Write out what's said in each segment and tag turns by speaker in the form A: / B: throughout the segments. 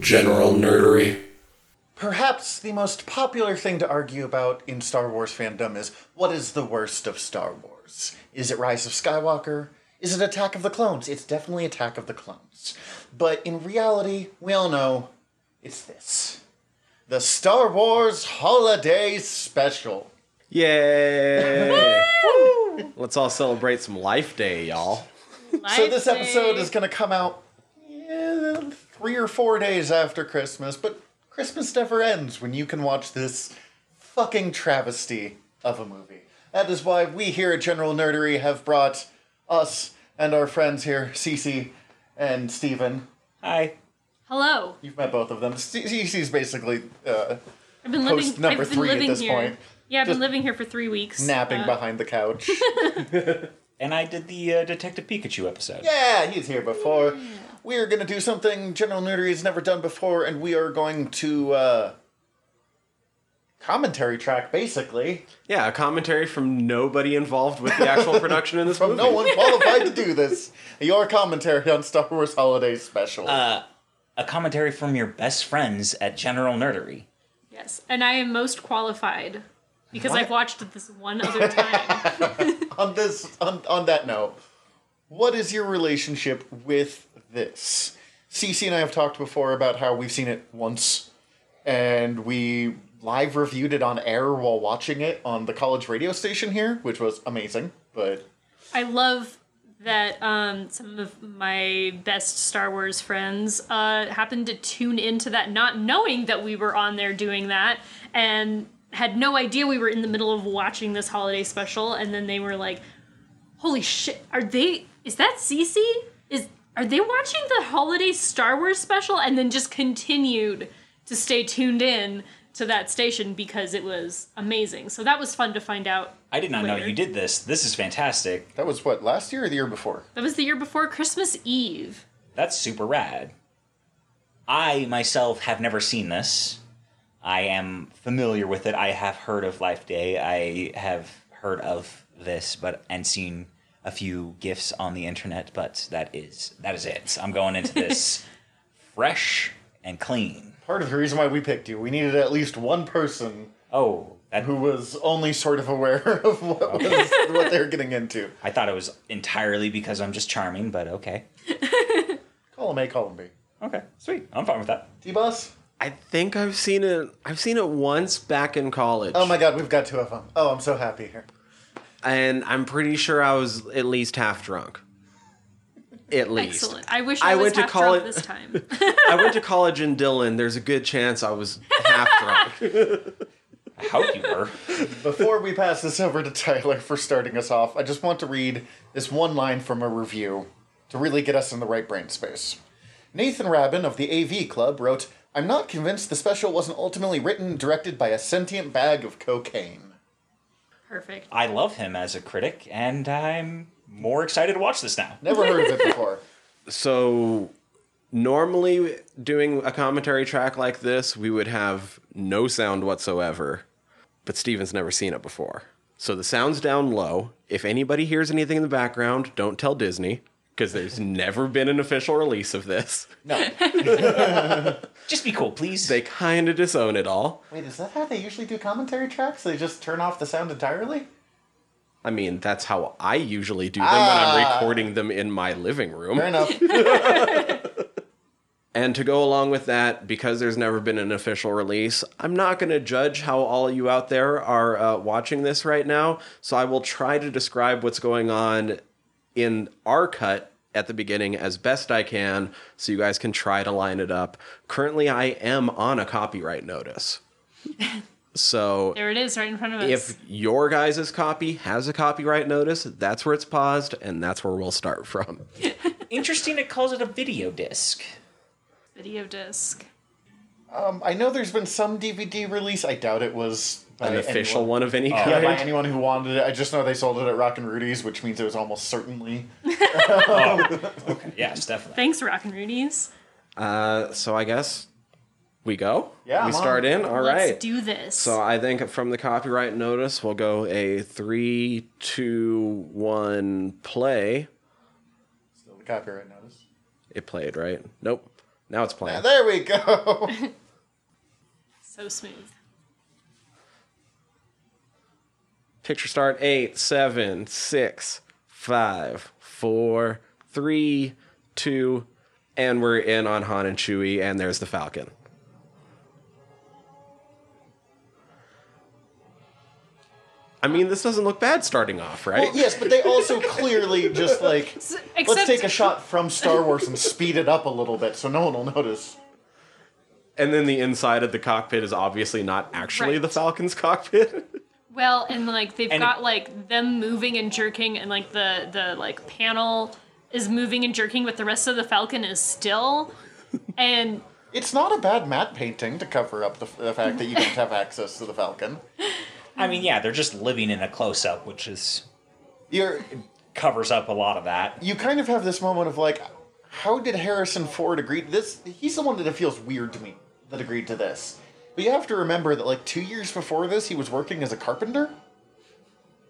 A: general nerdery.
B: Perhaps the most popular thing to argue about in Star Wars fandom is what is the worst of Star Wars? Is it Rise of Skywalker? Is it Attack of the Clones? It's definitely Attack of the Clones. But in reality, we all know it's this the Star Wars Holiday Special.
C: Yay! Let's all celebrate some Life Day, y'all.
B: So this episode is going to come out yeah, three or four days after Christmas, but Christmas never ends when you can watch this fucking travesty of a movie. That is why we here at General Nerdery have brought us and our friends here, Cece and Steven.
D: Hi.
E: Hello.
B: You've met both of them. Ce- Cece's basically uh,
E: I've been
B: Post
E: living.
B: number
E: I've been
B: three at
E: living
B: this
E: here.
B: point.
E: Yeah, I've
B: Just
E: been living here for three weeks.
B: napping
E: Uh,
B: behind the couch.
D: And I did the uh, Detective Pikachu episode.
B: Yeah, he's here before. We are going to do something General Nerdery has never done before, and we are going to uh, commentary track basically
C: Yeah, a commentary from nobody involved with the actual production in this
B: from
C: movie.
B: no one qualified to do this. Your commentary on Star Wars Holiday Special.
D: A commentary from your best friends at General Nerdery.
E: Yes, and I am most qualified because
D: What?
E: I've watched it this one other time.
B: on this, on, on that note, what is your relationship with this? Cece and I have talked before about how we've seen it once, and we live reviewed it on air while watching it on the college radio station here, which was amazing. But
E: I love that um, some of my best Star Wars friends uh, happened to tune into that, not knowing that we were on there doing that, and had no idea we were in the middle of watching this holiday special. And then they were like, "Holy shit! Are they? Is that Cece? Is are they watching the holiday Star Wars special?" And then just continued to stay tuned in to that station because it was amazing. So that was fun to find out.
D: I did not know
E: Later.
D: you did this. This is fantastic.
B: that was what last year or the year before.
E: That was the year before Christmas Eve.
D: That's super rad. I myself have never seen this. I am familiar with it. I have heard of Life Day. I have heard of this, but and seen a few gifs on the internet. But that is that is it. I'm going into this fresh and clean.
B: Part of the reason why we picked you, we needed at least one person
D: Oh, that,
B: who was only sort of aware of what was what they were getting into.
D: I thought it was entirely because I'm just charming, but okay,
B: Column A, column B.
D: okay, sweet. I'm fine with that.
B: D boss.
C: I think I've seen it. I've seen it once back in college.
B: Oh my God, we've got two of them. Oh, I'm so happy here.
C: and I'm pretty sure I was at least half drunk. At least.
E: Excellent. I wish
C: I
E: I, was
C: went to
E: half
C: call
E: drunk
C: it-
E: this time.
C: I went to college in Dillon. There's a good chance I was half drunk.
D: I hope you were.
B: Before we pass this over to Tyler for starting us off, I just want to read this one line from a review to really get us in the right brain space. Nathan Rabin of the AV Club wrote, I'm not convinced the special wasn't ultimately written and directed by a sentient bag of cocaine.
E: Perfect.
D: I love him as a critic, and I'm more excited to watch this now.
B: Never heard of it before.
C: So normally doing a commentary track like this, we would have no sound whatsoever. But Steven's never seen it before. So the sound's down low. If anybody hears anything in the background, don't tell Disney because there's never been an official release of this.
B: No.
D: Just be cool, please.
C: They kind of disown it all.
B: Wait, is that how they usually do commentary tracks? They just turn off the sound entirely?
C: I mean, that's how I usually do them when I'm recording them in my living room.
B: Fair enough.
C: And to go along with that, because there's never been an official release, I'm not going to judge how all you out there are uh, watching this right now. So I will try to describe what's going on in our cut at the beginning as best I can so you guys can try to line it up. Currently, I am on a copyright notice. So
E: There it is, right in front of us.
C: if your guys' copy has a copyright notice, that's where it's paused and that's where we'll start from.
D: Interesting, it calls it a video disc.
E: Video disc.
B: Um, I know there's been some DVD release. I doubt it was by
C: An official
B: anyone.
C: one of any
B: Yeah,
C: kind.
B: by anyone who wanted it. I just know they sold it at Rockin' Rudy's, which means it was almost certainly
D: Yes, definitely.
E: Thanks, Rockin' Rudy's.
C: So I guess we go.
B: Yeah,
C: we
B: I'm
C: start
B: on.
C: in. All
E: Let's
C: right.
E: do this.
C: so I think from the copyright notice, we'll go a three, two, one, play.
B: Still the copyright notice.
C: It played, right? Nope. Now it's playing.
B: There we go.
E: So smooth.
C: Picture start eight, seven, six, five, four, three, two, and we're in on Han and Chewie, and there's the Falcon. I mean, this doesn't look bad starting off, right?
B: Well, yes, but they also clearly just like let's
E: except-
B: take a shot from Star Wars and speed it up a little bit so no one will notice.
C: And then the inside of the cockpit is obviously not actually
E: Right.
C: the Falcon's cockpit.
E: Well, and like they've
D: And-
E: got like them moving and jerking, and like the the like panel is moving and jerking, but the rest of the Falcon is still. And
B: It's not a bad matte painting to cover up the, the fact that you don't have access to the Falcon.
D: I mean, yeah, they're just living in a close up, which is
B: You're
D: covers up a lot of that.
B: you kind of have this moment of like, how did Harrison Ford agree to this? He's the one that it feels weird to me that agreed to this. But you have to remember that like two years before this, he was working as a carpenter.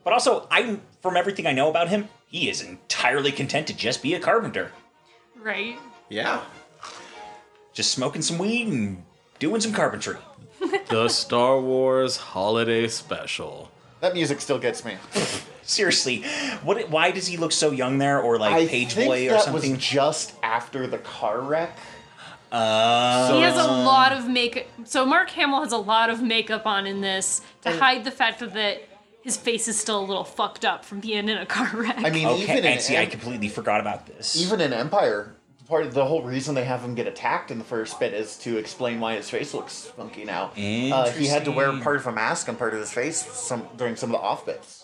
D: But also, I from everything I know about him, he is entirely content to just be a carpenter,
E: right,
C: yeah.
D: just smoking some weed and doing some carpentry.
C: The Star Wars Holiday Special.
B: That music still gets me.
D: Seriously, what? Why does he look so young there, or like
B: I
D: page
B: think
D: boy
B: that
D: or something?
B: was just after the car wreck.
D: uh,
E: he
B: So
E: has
B: it's-
E: a lot of makeup. So Mark Hamill has a lot of makeup on in this to hide the fact that his face is still a little fucked up from being in a car wreck.
B: I mean,
D: okay,
B: even in
D: and see, I
B: Em-
D: completely forgot about this.
B: even in Empire, part of the whole reason they have him get attacked in the first bit is to explain why his face looks funky now. Uh, he had to wear
D: Interesting.
B: part of a mask and part of his face some during some of the off bits.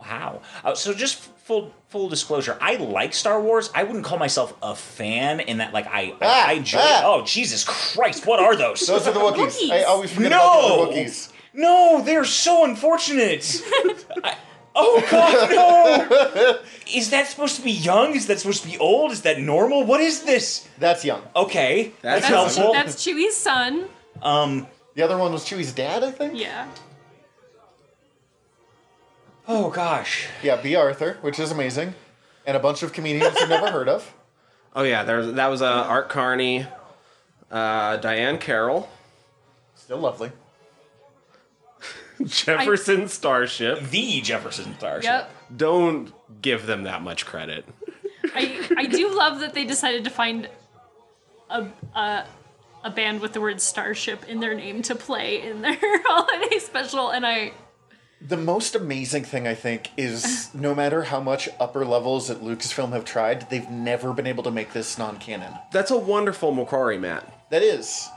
D: Wow. Uh, so just full full disclosure, I like Star Wars. I wouldn't call myself a fan in that like I
B: Ah,
D: I, I enjoy.
B: ah.
D: Oh Jesus Christ! What are those?
B: Those are the Wookiees. I
E: Wookiees.
B: always forget
D: no,
B: about the Wookiees.
D: no, they're so unfortunate. I- oh God, no! Is that supposed to be young? Is that supposed to be old? Is that normal? What is this?
B: That's young.
D: Okay,
C: That's
D: that's,
E: that's,
D: helpful.
E: that's Chewie's son.
D: um.
B: The other one was Chewie's dad, I think.
E: Yeah.
D: Oh gosh.
B: Yeah, B. Arthur, which is amazing, and a bunch of comedians I've never heard of.
C: Oh yeah, there's that was uh, Art Carney, uh, Diane Carroll,
B: Still lovely.
C: Jefferson Starship.
D: The Jefferson Starship.
E: Yep.
C: Don't give them that much credit.
E: I, I do love that they decided to find a, a a band with the word starship in their name to play in their holiday special, and I
B: The most amazing thing I think is no matter how much upper levels at Lucasfilm have tried, they've never been able to make this non-canon.
C: That's a wonderful Macquarie, Matt.
B: That is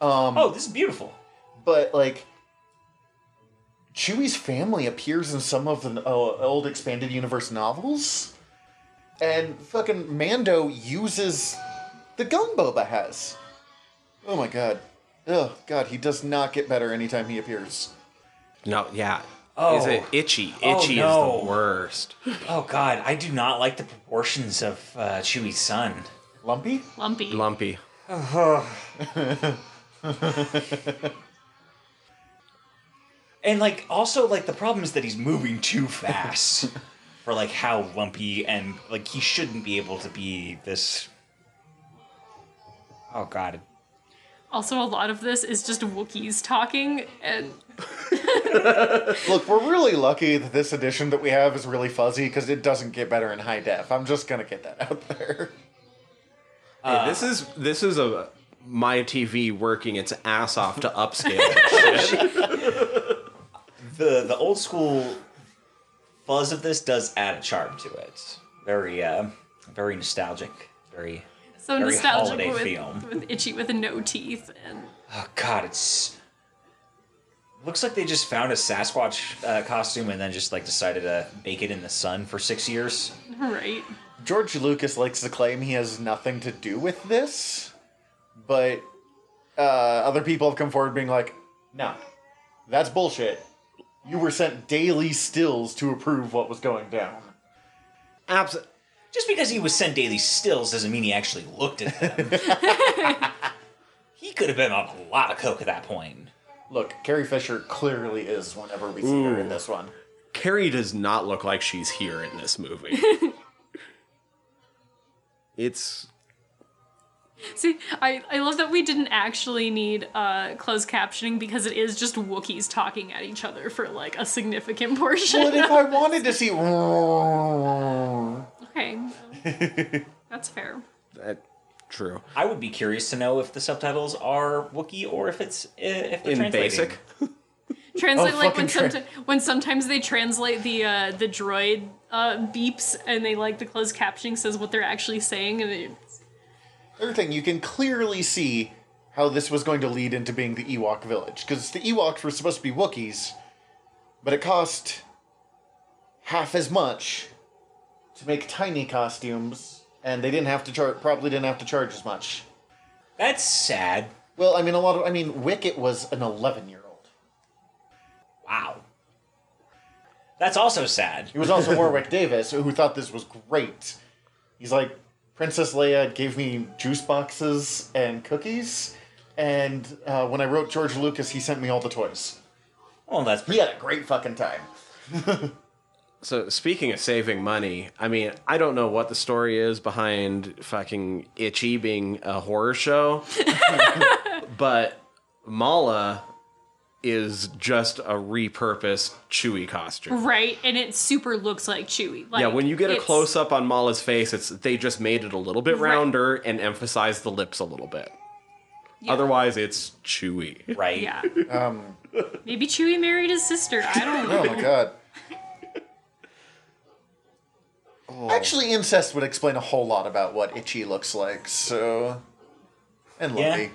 D: Oh, this is beautiful.
B: but like Chewie's family appears in some of the uh, old expanded universe novels, and fucking Mando uses the gun Boba has. Oh my god! Oh god, he does not get better anytime he appears.
C: No, yeah.
D: Oh.
C: Is it itchy? Itchy
D: Oh, no.
C: is the worst.
D: Oh God, I do not like the proportions of uh, Chewie's son.
B: Lumpy,
E: lumpy.
C: Lumpy.
D: And like also like the problem is that he's moving too fast for like how lumpy and like he shouldn't be able to be this Oh god.
E: Also, a lot of this is just Wookiees talking, and
B: look, we're really lucky that this edition that we have is really fuzzy because it doesn't get better in high def. I'm just gonna get that out there.
D: Uh.
C: Hey, this is this is a my TV working its ass off to upscale. this shit.
D: The the old school fuzz of this does add a charm to it. Very uh very nostalgic. Very
E: so
D: Very
E: nostalgic
D: holiday
E: with,
D: film.
E: with itchy with no teeth, and
D: Oh god, it's looks like they just found a Sasquatch uh, costume and then just like decided to bake it in the sun for 6 years.
E: right.
B: George Lucas likes to claim he has nothing to do with this, but uh, other people have come forward being like, no, that's bullshit. You were sent daily stills to approve what was going down.
C: Abs-
D: Just because he was sent daily stills doesn't mean he actually looked at them. he could have been on a lot of coke at that point.
B: Look, Carrie Fisher clearly is whenever we see her in this one.
C: Carrie does not look like she's here in this movie. it's
E: See, I, I love that we didn't actually need uh, closed captioning because it is just Wookiees talking at each other for like a significant portion.
B: But if I wanted to see. Well,
E: okay, that's fair.
C: That, uh, true.
D: I would be curious to know if the subtitles are Wookiee or if it's uh, if they're
C: In
D: translating.
C: basic.
E: Translate
B: Oh,
E: like when,
B: fucking
E: someti-
B: tra-
E: when sometimes they translate the uh, the droid uh, beeps and they like the closed captioning says what they're actually saying and it's
B: Other thing, you can clearly see how this was going to lead into being the Ewok village. Because the Ewoks were supposed to be Wookiees, but it cost half as much to make tiny costumes, and they didn't have to charge, probably didn't have to charge as much.
D: That's sad.
B: Well, I mean, a lot of. I mean, Wicket was an 11 year old.
D: Wow. That's also sad.
B: It was also Warwick Davis, who thought this was great. He's like, Princess Leia gave me juice boxes and cookies, and uh, when I wrote George Lucas, he sent me all the toys.
D: Well, that's pretty.
B: He had a great fucking time.
C: So speaking of saving money, I mean, I don't know what the story is behind fucking Itchy being a horror show, but Mala is just a repurposed Chewy costume.
E: right and it super looks like Chewie. Like,
C: yeah, when you get a
E: it's-
C: close up on Mala's face, it's they just made it a little bit
E: Right.
C: rounder and emphasized the lips a little bit.
E: Yeah.
C: Otherwise, it's Chewy.
D: Right.
E: yeah,
B: Um,
E: maybe Chewie married his sister. I don't know.
B: oh my god. Actually, incest would explain a whole lot about what Itchy looks like, so. And
D: Yeah.
B: Lumpy.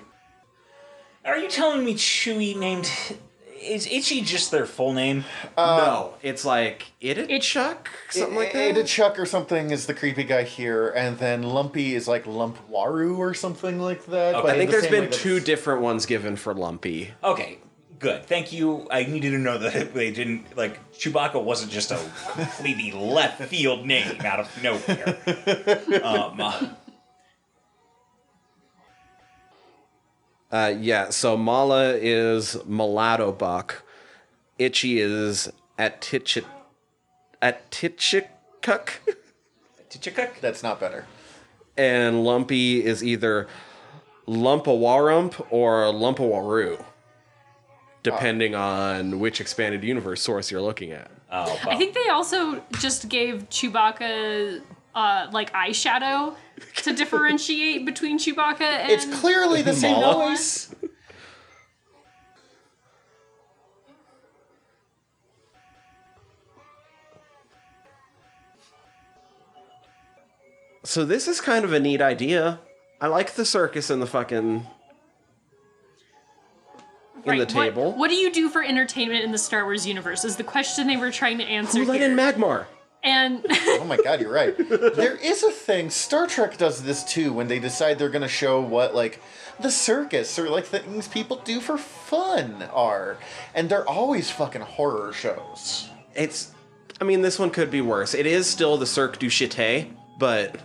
D: Are you telling me Chewy named. Is Itchy just their full name?
B: Uh,
C: no, it's like it it Chuck something like that.
B: Ada Chuck or something is the creepy guy here, and then Lumpy is like Lumpwaru or something like that.
D: Okay.
B: but
C: I think
B: in the
C: there's
B: same way
C: been
B: that
C: two
B: it's-
C: different ones given for Lumpy.
D: Okay, good. Thank you. I needed to know that they didn't. Like, Chewbacca wasn't just a completely left field name out of nowhere. Um, uh,
C: Uh, yeah, so Mala is Mulatto Buck. Itchy is Atichit. Atichikuk.
D: Tichikuk?
B: That's not better.
C: And Lumpy is either Lumpawarump or Lumpawaru, depending
B: Uh.
C: on which expanded universe source you're looking at.
D: Oh,
E: I think they also just gave Chewbacca uh, like eyeshadow to differentiate between Chewbacca and
B: It's clearly the same
E: Mala?
B: voice.
C: So this is kind of a neat idea. I like the circus and the fucking. In the
E: Right, what-
C: table.
E: What, do you do for entertainment in the Star Wars universe? Is the question they were trying to answer.
C: Who let
E: here.
C: in Magmar?
E: and
B: Oh my god, you're right. there is a thing. Star Trek does this too when they decide they're going to show what, like, the circus or, like, things people do for fun are. And they're always fucking horror shows.
C: It's. I mean, this one could be worse. It is still the Cirque du Chité, but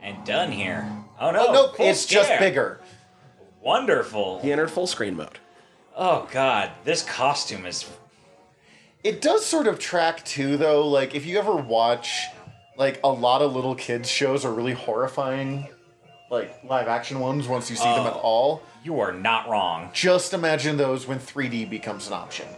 D: and done here. Oh no!
B: Oh, nope,
D: full
B: it's just
D: scare.
B: bigger.
D: Wonderful.
C: he entered full screen mode.
D: Oh god, this costume is.
B: It does sort of track too, though. Like, if you ever watch, like, a lot of little kids' shows are really horrifying, like, live action ones once you see them at
D: Oh.
B: all.
D: You are not wrong.
B: Just imagine those when 3D becomes an option.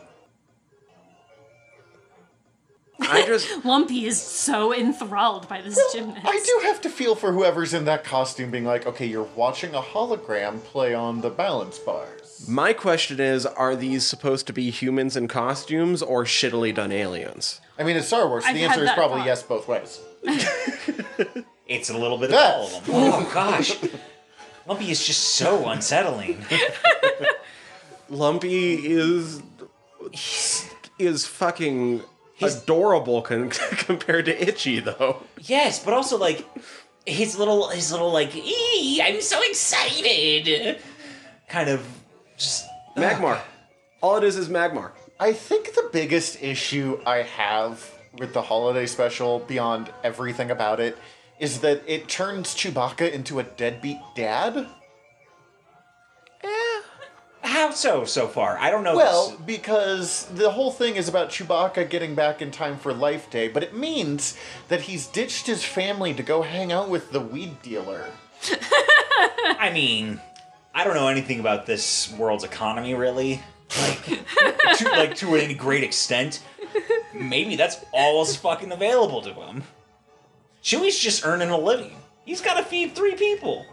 C: I just.
E: Lumpy is so enthralled by this gymnast.
B: I do have to feel for whoever's in that costume being like, okay, you're watching a hologram play on the balance bars.
C: My question is are these supposed to be humans in costumes or shittily done aliens?
B: I mean, it's Star Wars. so
E: I've
B: the
E: had
B: answer is
E: that
B: probably
E: thought.
B: yes both ways.
D: It's a little bit of
B: That's-
D: all of them. Oh gosh, Lumpy is just so unsettling.
C: Lumpy is. is fucking.
D: He's-
C: adorable con- compared to Itchy, though.
D: yes, but also like his little, his little like, "Ee, I'm so excited, kind of just.
C: Magmar. All it is is Magmar.
B: I think the biggest issue I have with the holiday special, beyond everything about it, is that it turns Chewbacca into a deadbeat dad.
C: Eh.
D: how so so far? I don't know.
B: Well,
D: this.
B: because the whole thing is about Chewbacca getting back in time for Life Day, but it means that he's ditched his family to go hang out with the weed dealer.
D: I mean, I don't know anything about this world's economy really, like to, like to any great extent. Maybe that's all that's fucking available to him. Chewie's just earning a living. He's got to feed three people.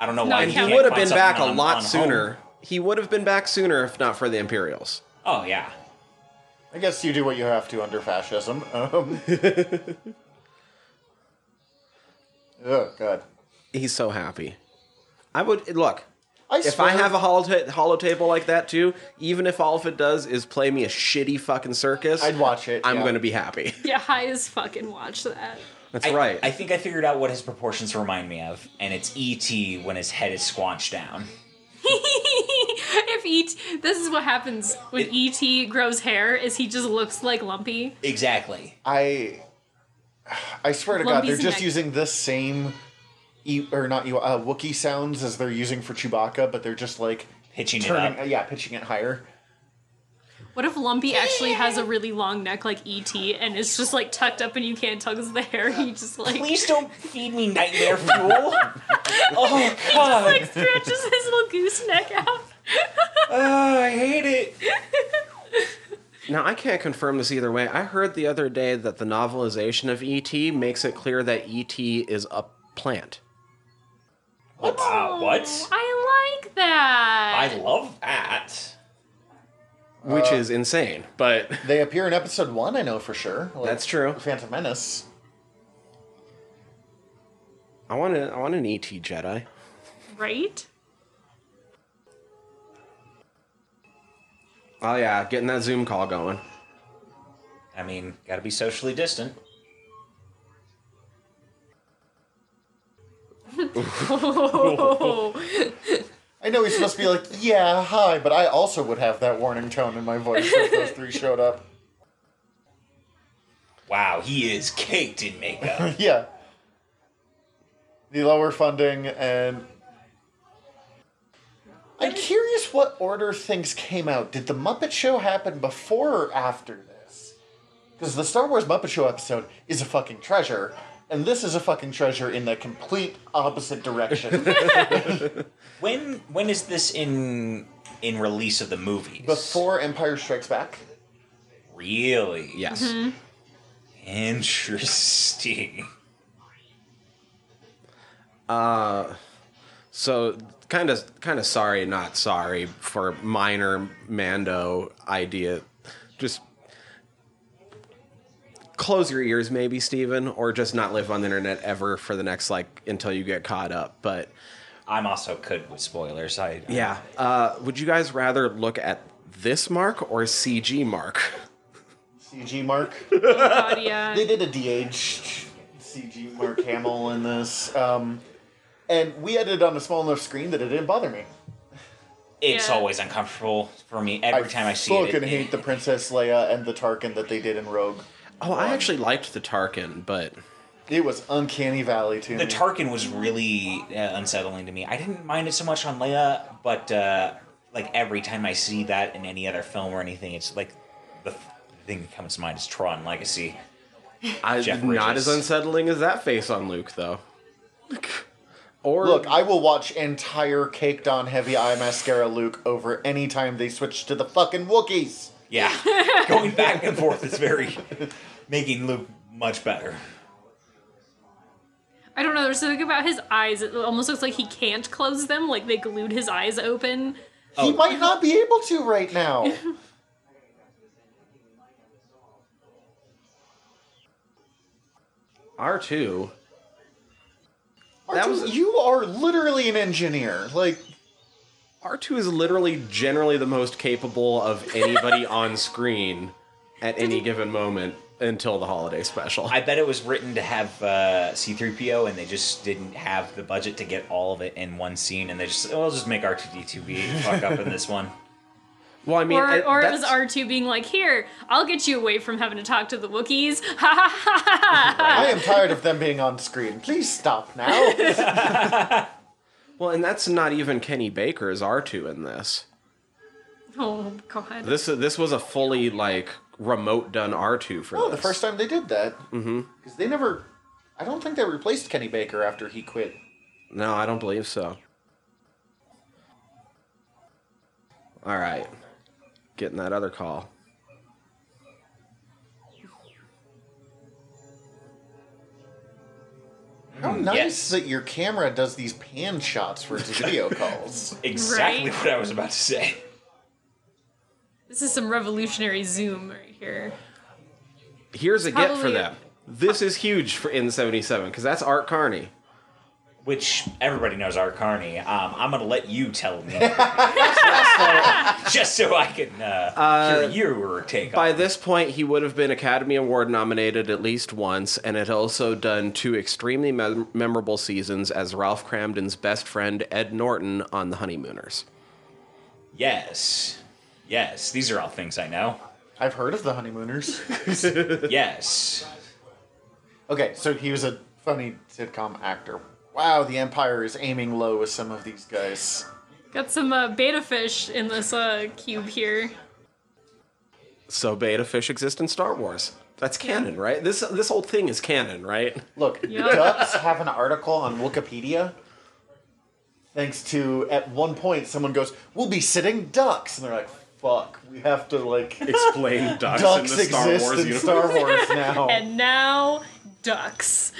D: I don't know why
E: he
D: he,
E: can't
C: He
D: can't
C: would have
D: find
C: been
D: something
C: back a
D: on-
C: lot
D: on home.
C: sooner. He would have been back sooner if not for the Imperials.
D: Oh yeah,
B: I guess you do what you have to under fascism. Um. oh, God.
C: He's so happy. I would look
B: I
C: if I have a hollow, hollow table like that too. Even if all if it does is play me a shitty fucking circus,
B: I'd watch it,
C: I'm
B: yeah.
C: gonna be happy.
E: Yeah, high as fucking watch that.
C: That's
D: I,
C: right.
D: I think I figured out what his proportions remind me of, and it's ET when his head is squanched down.
E: if ET, this is what happens when ET grows hair, is he just looks like Lumpy.
D: Exactly.
B: I I swear to
E: Lumpy's
B: God, they're
E: in
B: just
E: that-
B: using the same e- or not you uh, Wookie sounds as they're using for Chewbacca, but they're just like
D: Pitching it
B: turning,
D: up.
B: uh, yeah, pitching it higher.
E: What if Lumpy actually has a really long neck like ET and it's just like tucked up and you can't tug the hair? He just like
D: Please don't feed me nightmare fuel. oh god,
E: like stretches his little goose neck out.
D: Oh, I hate it.
C: Now, I can't confirm this either way. I heard the other day that the novelization of E.T. makes it clear that E.T. is a plant.
D: What? Wow, what?
E: Oh, I like
D: I
E: that.
D: love that.
C: Which is insane, Uh, but
B: They appear in episode one, I know for sure. Like,
C: That's true.
B: Phantom Menace.
C: I want a, I want an ET Jedi.
E: right?
C: Oh yeah, getting that Zoom call going.
D: I mean, gotta be socially distant.
B: I know he's supposed to be like, yeah, hi, but I also would have that warning tone in my voice if those three showed up.
D: Wow, he is caked in makeup.
B: Yeah. The lower funding and. I'm curious what order things came out. Did the Muppet Show happen before or after this? Because the Star Wars Muppet Show episode is a fucking treasure, and this is a fucking treasure in the complete opposite direction.
D: when when is this in in release of the movies?
B: before Empire Strikes Back.
D: Really?
C: Yes.
D: Interesting.
C: So kind of kind of sorry, not sorry for minor Mando idea. Just close your ears, maybe Steven, or just not live on the internet ever for the next like until you get caught up. But
D: I'm also good with spoilers. I
C: Yeah. Uh, would you guys rather look at this mark or CG mark?
B: CG Mark.
E: God, yeah.
B: They did a DH CG Mark Hamill in this. Um, and we had it on a small enough screen that it didn't bother me.
D: It's
E: Yeah.
D: always uncomfortable for me every time I see it.
B: fucking
D: it-
B: hate the Princess Leia and the Tarkin that they did in Rogue.
C: Oh, I actually liked the Tarkin, but
B: It was uncanny valley to
D: the
B: me.
D: Tarkin was really uh, unsettling to me. I didn't mind it so much on Leia, but uh, like every time I see that in any other film or anything, it's like the th- thing that comes to mind is Tron Legacy.
C: I
D: Jeff
C: not
D: Bridges.
C: as unsettling as that face on Luke though. Or
B: Look, I will watch entire caked on heavy eye mascara Luke over any time they switch to the fucking Wookiees.
D: Yeah, going back and forth is very making Luke much better.
E: I don't know. There's something about his eyes. It almost looks like he can't close them. Like they glued his eyes open.
D: Oh.
B: He might not be able to right now.
C: R two.
B: That
C: That was-
B: you are literally an engineer. Like
C: R two is literally generally the most capable of anybody on screen at any given moment until the holiday special.
D: I bet it was written to have uh, C3PO, and they just didn't have the budget to get all of it in one scene, and they just oh, we'll just make R2D2 be fuck up in this one.
C: well, I mean,
E: or
C: I-
E: or it
C: that's-
E: was R2 being like, here, I'll get you away from having to talk to the Wookiees. Ha ha ha ha ha.
B: I am tired of them being on screen. Please stop now.
C: Well, and that's not even Kenny Baker's R2 in this.
E: Oh god.
C: This this was a fully like remote done R2 for
B: Oh, the
C: this.
B: first time they did that. Mm-hmm. Because they never. I don't think they replaced Kenny Baker after he quit.
C: No, I don't believe so. All right. Getting that other call.
B: How nice
D: yes.
B: that your camera does these pan shots for its video calls.
D: Exactly
E: Right?
D: what I was about to say.
E: This is some revolutionary zoom right here.
C: Here's a get for
E: Probably-
C: them. This is huge for in 77 cuz that's Art Carney.
D: Which everybody knows Art Carney. Um, I'm gonna let you tell me, just so I can uh, hear your take on
C: By
D: it.
C: this point, he would have been Academy Award nominated at least once, and had also done two extremely mem- memorable seasons as Ralph Cramden's best friend Ed Norton on The Honeymooners.
D: Yes, yes, these are all things I know.
B: I've heard of the Honeymooners.
D: Yes,
B: Okay, so he was a funny sitcom actor. Wow, the Empire is aiming low with some of these guys.
E: Got some uh, beta fish in this uh, cube here.
C: So beta fish exist in Star Wars. That's canon, right? This this whole thing is canon, right?
B: Look,
E: Yeah.
B: ducks have an article on Wikipedia. Thanks to at one point someone goes, "We'll be sitting ducks," and they're like, "Fuck, we have to like
C: Explain ducks,
B: ducks exist in Star Wars now."
E: And now ducks.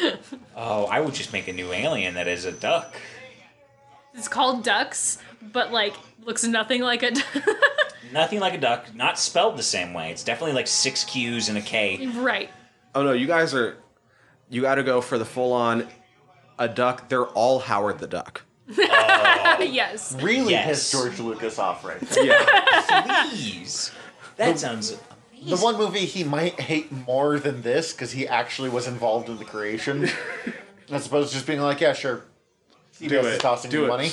D: Oh, I would just make a new alien that is a duck.
E: It's called ducks, but like looks nothing like a
D: Nothing like a duck, not spelled the same way. It's definitely like six Q's and a K.
E: right.
C: Oh no, you guys are you got to go for the full on a duck. They're all Howard the Duck.
E: yes.
B: really
D: Yes.
B: pissed George Lucas off right now.
C: Yeah.
D: Please. That sounds oh,
B: The
D: amazing.
B: one movie he might hate more than this because he actually was involved in the creation, as opposed to just being like, "Yeah, sure." CBS
C: Do
B: is
C: it.
B: tossing
C: Do
B: me
C: it.
B: money.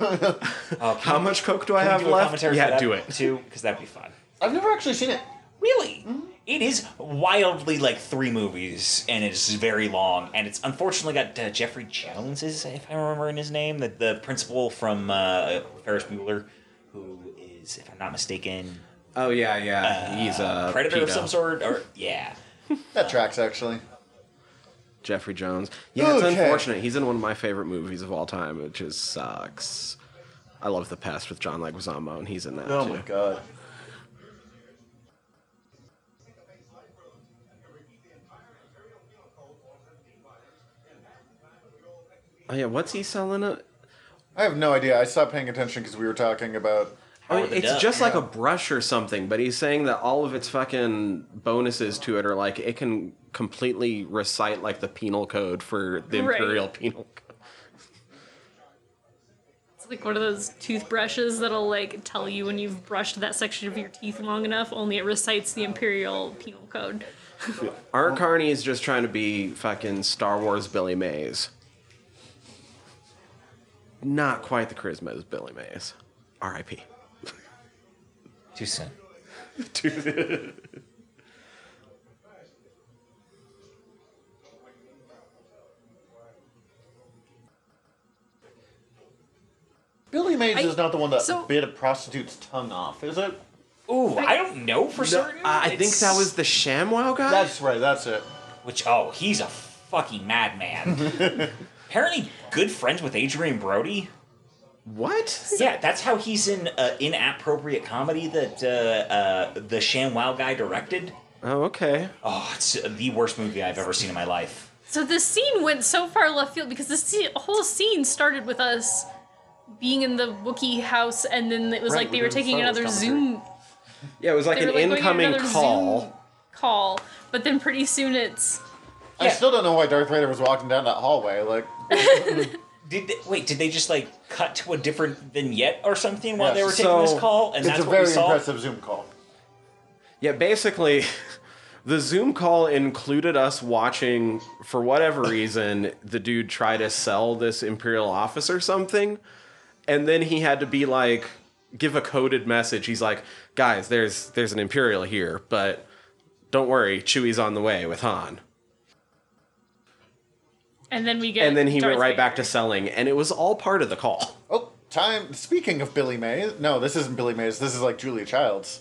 D: Oh, can
C: How
D: we-
C: much coke do I
D: can we
C: have
D: do a
C: left?
D: commentary for
C: Yeah,
D: that
C: do it.
D: Too, because that'd be fun.
B: I've never actually seen it.
D: Really? Mm-hmm. It is wildly like three movies, and it's very long, and it's unfortunately got uh, Jeffrey Jones, is if I remember in his name, the, the principal from uh, Ferris Bueller, who is, if I'm not mistaken,
C: Oh yeah, yeah. He's a
D: predator of
C: pedo.
D: some sort. Or yeah,
B: That tracks actually.
C: Jeffrey Jones. Yeah, it's
B: Okay.
C: unfortunate. He's in one of my favorite movies of all time, which is sucks. I love The Pest with John Leguizamo, and he's in that
B: Oh
C: too.
B: my god.
C: Oh yeah, what's he selling? It?
B: I have no idea. I stopped paying attention because we were talking about.
C: Oh,
D: Howard the
C: it's
D: Duck.
C: just like a brush or something, but he's saying that all of its fucking bonuses to it are like it can completely recite like the penal code for the
E: Right.
C: imperial penal code.
E: It's like one of those toothbrushes that'll like tell you when you've brushed that section of your teeth long enough, only it recites the imperial penal code.
C: Art Carney is just trying to be fucking Star Wars Billy Mays. Not quite the charisma as Billy Mays. R.I.P.
D: too soon.
B: Billy Mays
E: I-
B: is not the one that
E: so-
B: bit a prostitute's tongue off, is it?
D: Ooh, I, don't know for
C: No,
E: Uh,
D: certain.
C: I I think
D: It's-
C: that was the ShamWow guy.
B: That's right. That's it.
D: which. Oh, he's a fucking madman. Apparently, good friends with Adrian Brody.
C: what?
D: Yeah, that's how he's in uh, inappropriate comedy that uh, uh, the ShamWow guy directed.
C: Oh, okay.
D: Oh, it's the worst movie I've ever seen in my life.
E: So this scene went so far left field because this se- whole scene started with us being in the Wookiee house, and then it was
B: Right,
E: like
B: we
E: they were
B: did the
E: taking
B: Star Wars
E: another
B: commentary.
E: Zoom
C: Yeah, it was like
E: they
C: an
E: were like going on
C: incoming
E: another
C: call.
E: Zoom call, but then pretty soon it's
B: I
D: Yeah.
B: still don't know why Darth Vader was walking down that hallway. Like,
D: Did they, wait? Did they just like cut to a different vignette or something while
B: Yes.
D: they were taking
C: So,
D: this call? And
B: it's
D: that's
B: a
D: what
B: very
D: we saw.
B: impressive Zoom call.
C: Yeah, basically, the Zoom call included us watching, for whatever reason, the dude try to sell this Imperial office or something. And then he had to be like, give a coded message. He's like, guys, there's there's an Imperial here, but don't worry, Chewie's on the way with Han.
E: And then we get.
C: and then he
E: Darth
C: went right back to
E: Vader.
C: selling, and it was all part of the call.
B: Oh, time. Speaking of Billy Mays, no, this isn't Billy Mays. This is like Julia Childs.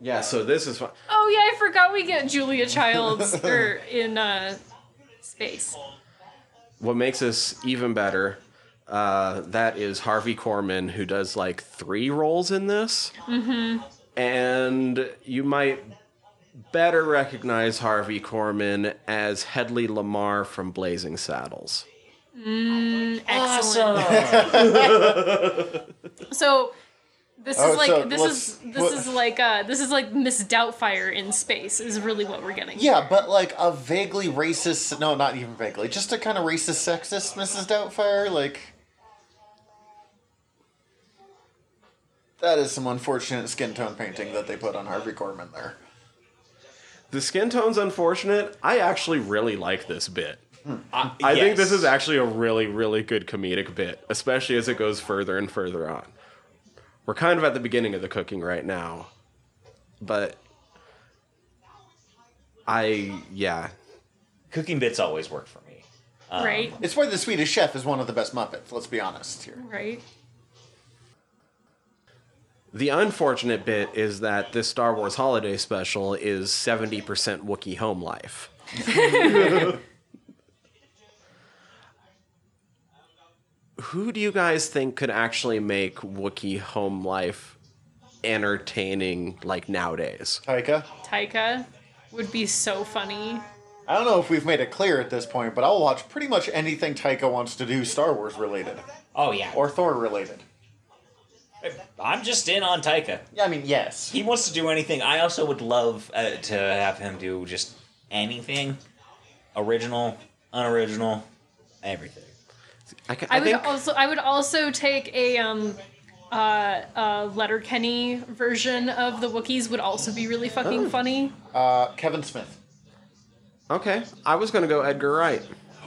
C: Yeah, so this is fun.
E: Oh yeah, I forgot we get Julia Childs er, in uh, space.
C: What makes this even better, uh, that is Harvey Korman, who does like three roles in this. Mm-hmm. And you might better recognize Harvey Korman as Headley Lamar from Blazing Saddles.
E: Excellent. So this is
B: Oh,
E: like
B: so
E: this
B: let's
E: is this
B: put-
E: is like uh this is like Miss Doubtfire in space is really what we're getting.
B: Yeah, but like a vaguely racist. No, not even vaguely. Just a kind of racist, sexist Mrs. Doubtfire. Like. That is some unfortunate skin tone painting that they put on Harvey Korman there.
C: The skin tone's unfortunate. I actually really like this bit.
D: Uh,
C: I think this is actually a really, really good comedic bit, especially as it goes further and further on. We're kind of at the beginning of the cooking right now, but I, yeah,
D: cooking bits always work for me.
E: Right.
B: It's why the Swedish Chef is one of the best Muppets. Let's be honest here.
E: Right.
C: The unfortunate bit is that this Star Wars holiday special is 70% Wookiee home life. Who do you guys think could actually make Wookiee home life entertaining like nowadays?
B: Taika,
E: Taika would be so funny.
B: I don't know if we've made it clear at this point, but I'll watch pretty much anything Taika wants to do Star Wars related
D: Oh yeah,
B: or Thor related.
D: I'm just in on Taika.
B: Yeah, I mean, yes.
D: He wants to do anything. I also would love uh, to have him do just anything, original, unoriginal, everything.
C: I, ca- I
E: I, would
C: think
E: also I would also take a um uh, uh Letterkenny version of the Wookiees would also be really
B: Oh.
E: fucking funny.
B: Uh, Kevin Smith.
C: okay. I was gonna go Edgar Wright.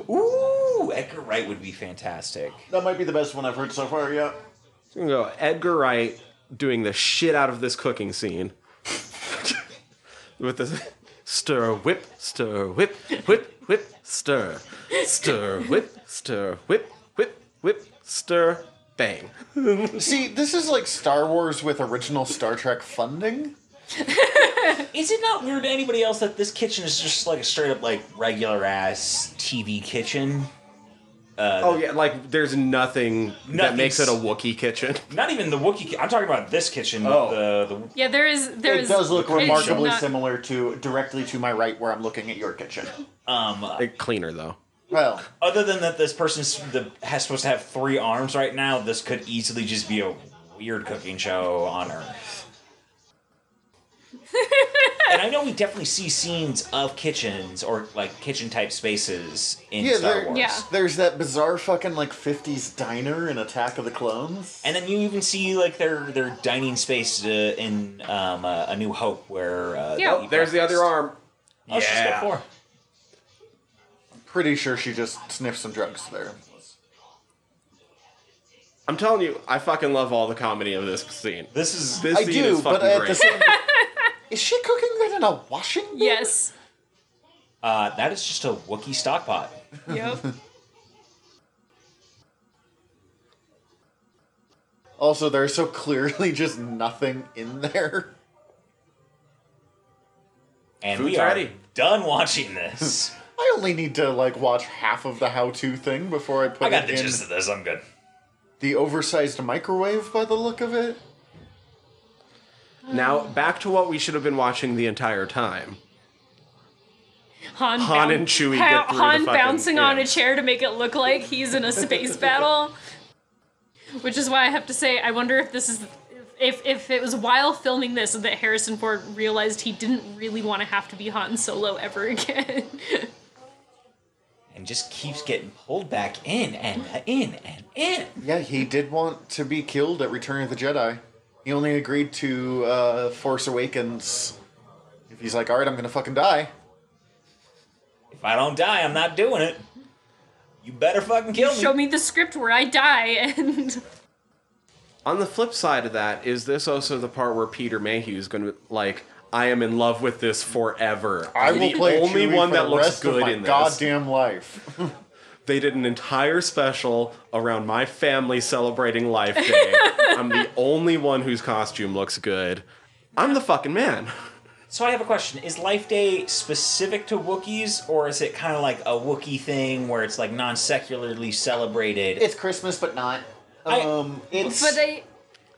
D: Ooh, Edgar Wright would be fantastic.
B: That might be the best one I've heard so far, yeah.
C: I'm gonna go Edgar Wright doing the shit out of this cooking scene with the stir, whip, stir, whip, whip, whip, stir, stir, whip, stir, whip, whip, whip, stir, bang.
B: See, this is like Star Wars with original Star Trek funding.
D: Is it not weird to anybody else that this kitchen is just like a straight up like regular ass TV kitchen?
C: Oh yeah, like there's nothing that
D: Nothing's-
C: makes it a Wookiee kitchen.
D: Not even the Wookiee. ki- I'm talking about this kitchen.
C: Oh.
D: The, the
E: Yeah, there is there
B: It
E: is
B: does look
E: it's
B: remarkably
E: not-
B: similar to directly to my right where I'm looking at your kitchen.
D: um.
C: Like, Cleaner though.
B: Well,
D: Other than that, this person's the has supposed to have three arms right now. This could easily just be a weird cooking show on Earth. and I know we definitely see scenes of kitchens or like kitchen type spaces in
B: yeah,
D: Star
B: there-
D: Wars.
E: Yeah.
B: there's that bizarre fucking like 50s diner in Attack of the Clones.
D: And then you even see like their their dining space uh, in um, uh, A New Hope, where uh,
E: Yeah.
D: they eat
C: There's the other
D: breakfast.
C: arm.
D: Oh, she's got
C: Yeah.
D: four.
B: Pretty sure she just sniffed some drugs there.
C: I'm telling you, I fucking love all the comedy of this scene.
D: This is
C: This
B: I
C: scene
B: do,
C: is
B: but
C: fucking
B: at
C: great.
B: the same Is she cooking that in a washing? bin?
E: Yes.
D: uh, that is just a Wookiee stockpot.
E: Yep.
B: Also, there's so clearly just nothing in there.
D: And
C: Food's
D: we are
C: ready.
D: done watching this.
B: I only need to like watch half of the how-to thing before I put
D: I got
B: it
D: the
B: in
D: gist of this. I'm good.
B: the oversized microwave by the look of it.
C: Now back to what we should have been watching the entire time.
E: Han,
C: Han and Chewie
E: Ha-
C: get through the
E: Han
C: fucking-
E: bouncing on
C: yeah.
E: a chair to make it look like he's in a space battle. Which is why I have to say, I wonder if this is. If, if it was while filming this that Harrison Ford realized he didn't really want to have to be Han Solo ever again.
D: And just keeps getting pulled back in and in and in.
B: Yeah, he did want to be killed at Return of the Jedi. He only agreed to uh, Force Awakens if he's like, all right, I'm gonna fucking die.
D: If I don't die, I'm not doing it. You better fucking kill me.
E: Show me the script where I die, and
C: On the flip side of that, is this also the part where Peter Mayhew's going to like? I am in love with this forever.
B: I will
C: I'm the
B: play
C: only
B: Chewie
C: one
B: for
C: that
B: the
C: looks
B: rest
C: good
B: of my
C: in this.
B: goddamn life.
C: They did an entire special around my family celebrating Life Day. I'm the only one whose costume looks good. I'm the fucking man.
D: So I have a question: Is Life Day specific to Wookiees, or is it kind of like a Wookiee thing where it's like non secularly celebrated?
B: It's Christmas, but not.
D: I-
B: Um, it's
E: But they,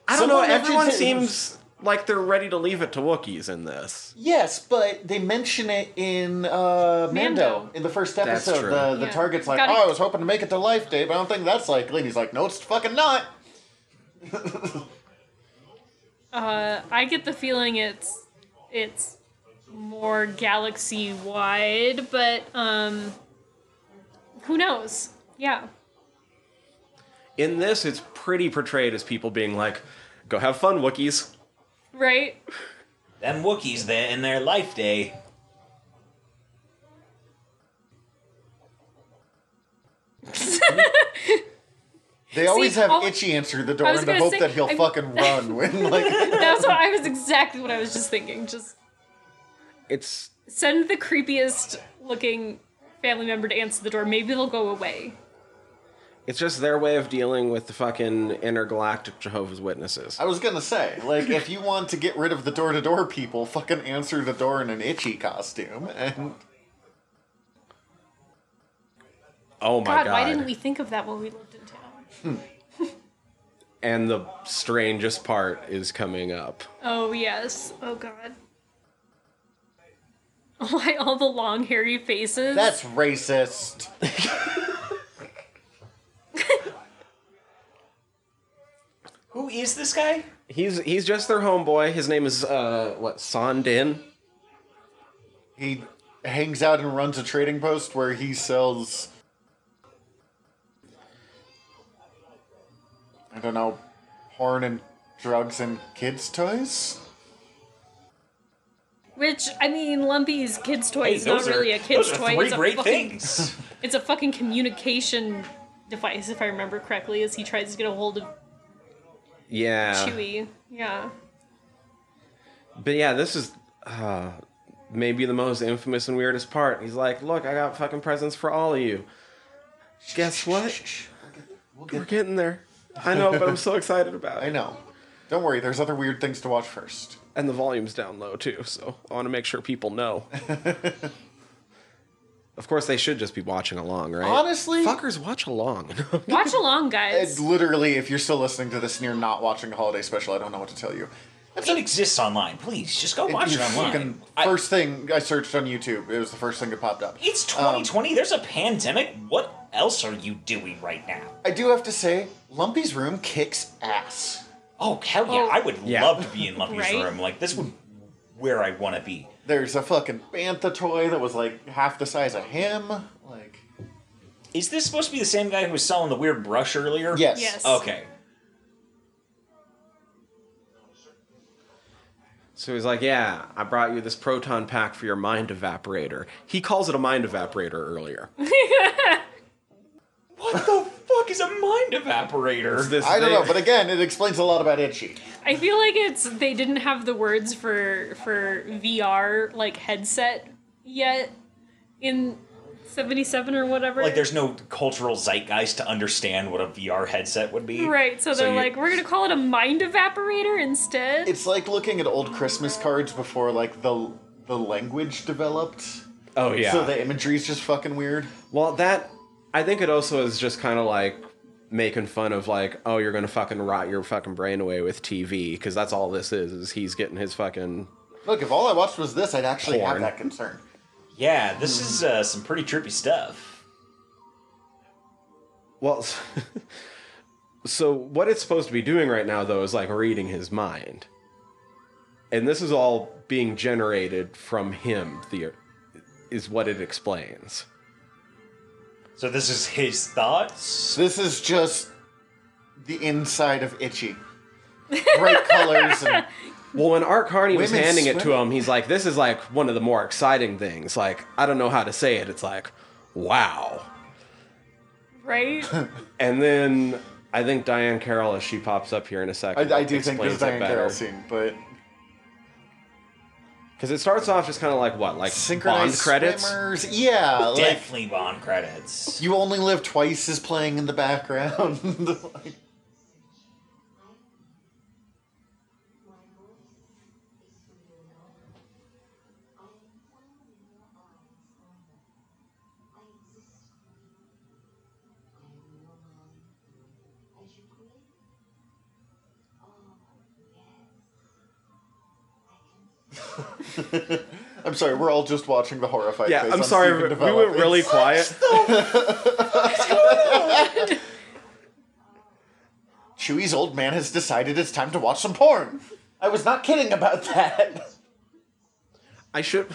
C: I don't know.
B: Someone
C: Everyone
B: mentioned it was-
C: seems like they're ready to leave it to Wookiees in this.
B: yes, but they mention it in uh, Mando,
E: Mando.
B: in the first
C: That's
B: episode.
C: true.
B: The, the
E: Yeah.
B: target's like,
E: Gotta-
B: "Oh, I was hoping to make it to Life Day, but I don't think that's likely." And he's like, "No, it's fucking not."
E: uh, I get the feeling it's it's more galaxy wide, but um, who knows? Yeah,
C: In this, it's pretty portrayed as people being like, "Go have fun, Wookiees."
E: right.
D: Them Wookiees there in their Life Day.
B: They always have
E: all-
B: itchy answer the door
E: I was
B: in the
E: gonna
B: hope
E: say,
B: that he'll
E: I'm-
B: fucking run when like
E: That's what I was exactly what I was just thinking. Just
C: It's
E: send the creepiest looking family member to answer the door. Maybe they'll go away.
C: it's just their way of dealing with the fucking intergalactic Jehovah's Witnesses.
B: I was gonna say, like if you want to get rid of the door to door people, fucking answer the door in an itchy costume and
C: Oh my
E: God,
C: god!
E: why didn't we think of that when we lived in town?
C: And the strangest part is coming up.
E: Oh yes. Oh God. Why all the long hairy faces?
B: that's racist.
D: Who is this guy?
C: He's he's just their homeboy. His name is uh what Sondin.
B: He hangs out and runs a trading post where he sells. I don't know, porn and drugs and kids' toys?
E: Which I mean, Lumpy's kids' toy is not
D: those are-
E: really a kids'
D: those are
E: toy.
D: Three
E: it's a
D: great
E: fucking,
D: things.
E: It's a fucking communication device, if I remember correctly, as he tries to get a hold of
C: Yeah.
E: Chewie. Yeah.
C: But yeah, this is uh, maybe the most infamous and weirdest part. He's like, "Look, I got fucking presents for all of you." Guess what? We're getting there. I know, but I'm so excited about
B: I
C: it.
B: know. Don't worry, there's other weird things to watch first.
C: And the volume's down low too, so I want to make sure people know. of course, they should just be watching along, right?
B: Honestly-
C: fuckers, watch along.
E: Watch along,
B: It's
E: guys.
B: literally, if you're still listening to this and you're not watching a holiday special, I don't know what to tell you.
D: it exists online. Please just go watch it
B: Your
D: online.
B: fucking
D: I-
B: first thing I searched on YouTube, it was the first thing that popped up.
D: it's 2020. there's a pandemic. What else are you doing right now?
B: I do have to say, Lumpy's room kicks ass.
D: Oh hell yeah!
E: Oh.
D: I would
C: Yeah.
D: love to be in Lumpy's
E: Right?
D: room. Like this would where I want to be.
B: There's a fucking bantha toy that was like half the size of him. Like,
D: Is this supposed to be the same guy who was selling the weird brush earlier?
B: yes.
E: Yes.
D: Okay.
C: so he's like, "Yeah, I brought you this proton pack for your mind evaporator." He calls it a mind evaporator earlier.
D: What the fuck is a mind evaporator?
C: It's this
B: I don't know,
C: thing-
B: but again, it explains a lot about Itchy.
E: I feel like it's they didn't have the words for for VR like headset yet in seventy seven or whatever.
D: like there's no cultural zeitgeist to understand what a VR headset would be.
E: right, so
D: So
E: they're
D: you-
E: like, we're gonna call it a mind evaporator instead.
B: It's like looking at old Christmas cards before like the the language developed.
C: oh yeah.
B: So the imagery's just fucking weird.
C: Well, that I think it also is just kind of like making fun of like, oh, you're gonna fucking rot your fucking brain away with TV because that's all this is. Is he's getting his fucking
B: Look, if all I watched was this, I'd actually
C: Porn.
B: have that concern.
D: Yeah, this is uh, some pretty trippy stuff.
C: well. so what it's supposed to be doing right now though is like reading his mind, and this is all being generated from him. The is what it explains.
D: So this is his thoughts.
B: This is just the inside of Itchy. Bright colors and
C: Well, when Art Carney was
B: Women
C: handing it to
B: swimming.
C: him, he's like, "This is like one of the more exciting things." Like, I don't know how to say it. It's like, wow.
E: right?
C: And then I think Diane Carroll, as she pops up here in a second,
B: I, I do think this
C: explains
B: is
C: it
B: Diane
C: better.
B: Carroll scene, but
C: Because it starts off just kind of like what, like bond
B: Synchronized
C: credits.
B: swimmers. Yeah, like
D: Definitely Bond credits.
B: you only live twice is playing in the background. Like, I'm sorry, we're all just watching the horrified
C: Yeah,
B: face.
C: I'm
B: on
C: sorry,
B: Steven
C: we
B: develop.
C: went really quiet.
B: Chewie's old man has decided it's time to watch some porn. I was not kidding about that.
C: I should.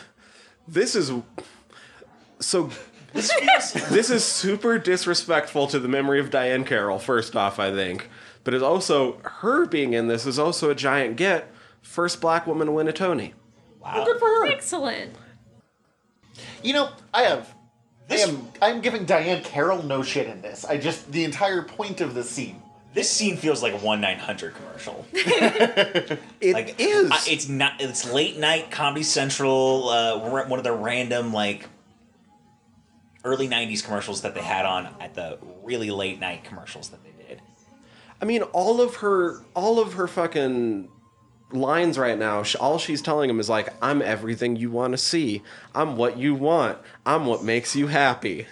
C: This is so. this is super disrespectful to the memory of Diane Carroll. First off, I think, but it's also her being in this is also a giant get. First black woman to win a Tony.
D: Wow.
B: Good for her.
E: Excellent.
B: You know, I have. I
D: This-
B: am. I am giving Diane Carroll no shit in this. I just the entire point of this scene.
D: This scene feels like a one nine hundred commercial.
C: It
D: Like
C: is.
D: I- it's not. It's late night Comedy Central. Uh, ra- one of the random like early '90s commercials that they had on at the really late night commercials that they did.
C: I mean, all of her, all of her fucking lines right now. sh- All she's telling him is like, "I'm everything you want to see. I'm what you want. I'm what makes you happy."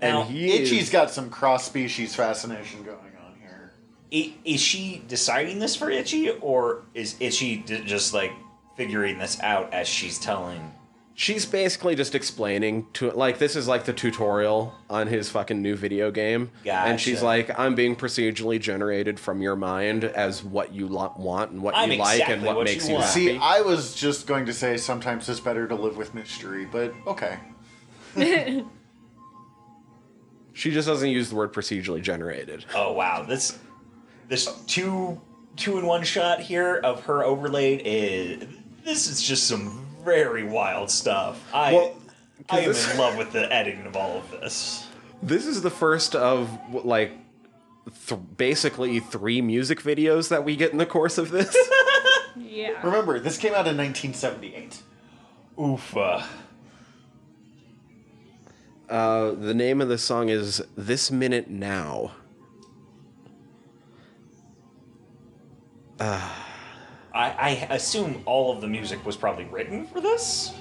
D: Now,
C: and he is-
B: Itchy's got some cross species fascination going on here.
D: I- is she deciding this for Itchy, or is Itchy d- just like figuring this out as she's telling?
C: she's basically just explaining to like this is like the tutorial on his fucking new video game and she's
D: Gotcha.
C: like i'm being procedurally generated from your mind as what you lo- want and what
D: I'm
C: you like and
D: exactly
C: what,
D: what
C: makes
D: you
C: you,
D: want.
C: happy
B: See, I was just going to say sometimes it's better to live with mystery, but okay.
C: she just doesn't use the word procedurally generated
D: Oh wow, this this two two in one shot here of her overlaid is this is just some very wild stuff. I
C: Well, 'cause
D: I am
C: this-
D: in love with the editing of all of this.
C: this is the first of w- like th- basically three music videos that we get in the course of this
E: Yeah.
B: Remember, this came out in 1978.
D: Oof. uh,
C: uh, the name of the song is this minute now
D: I, I assume all of the music was probably written for this.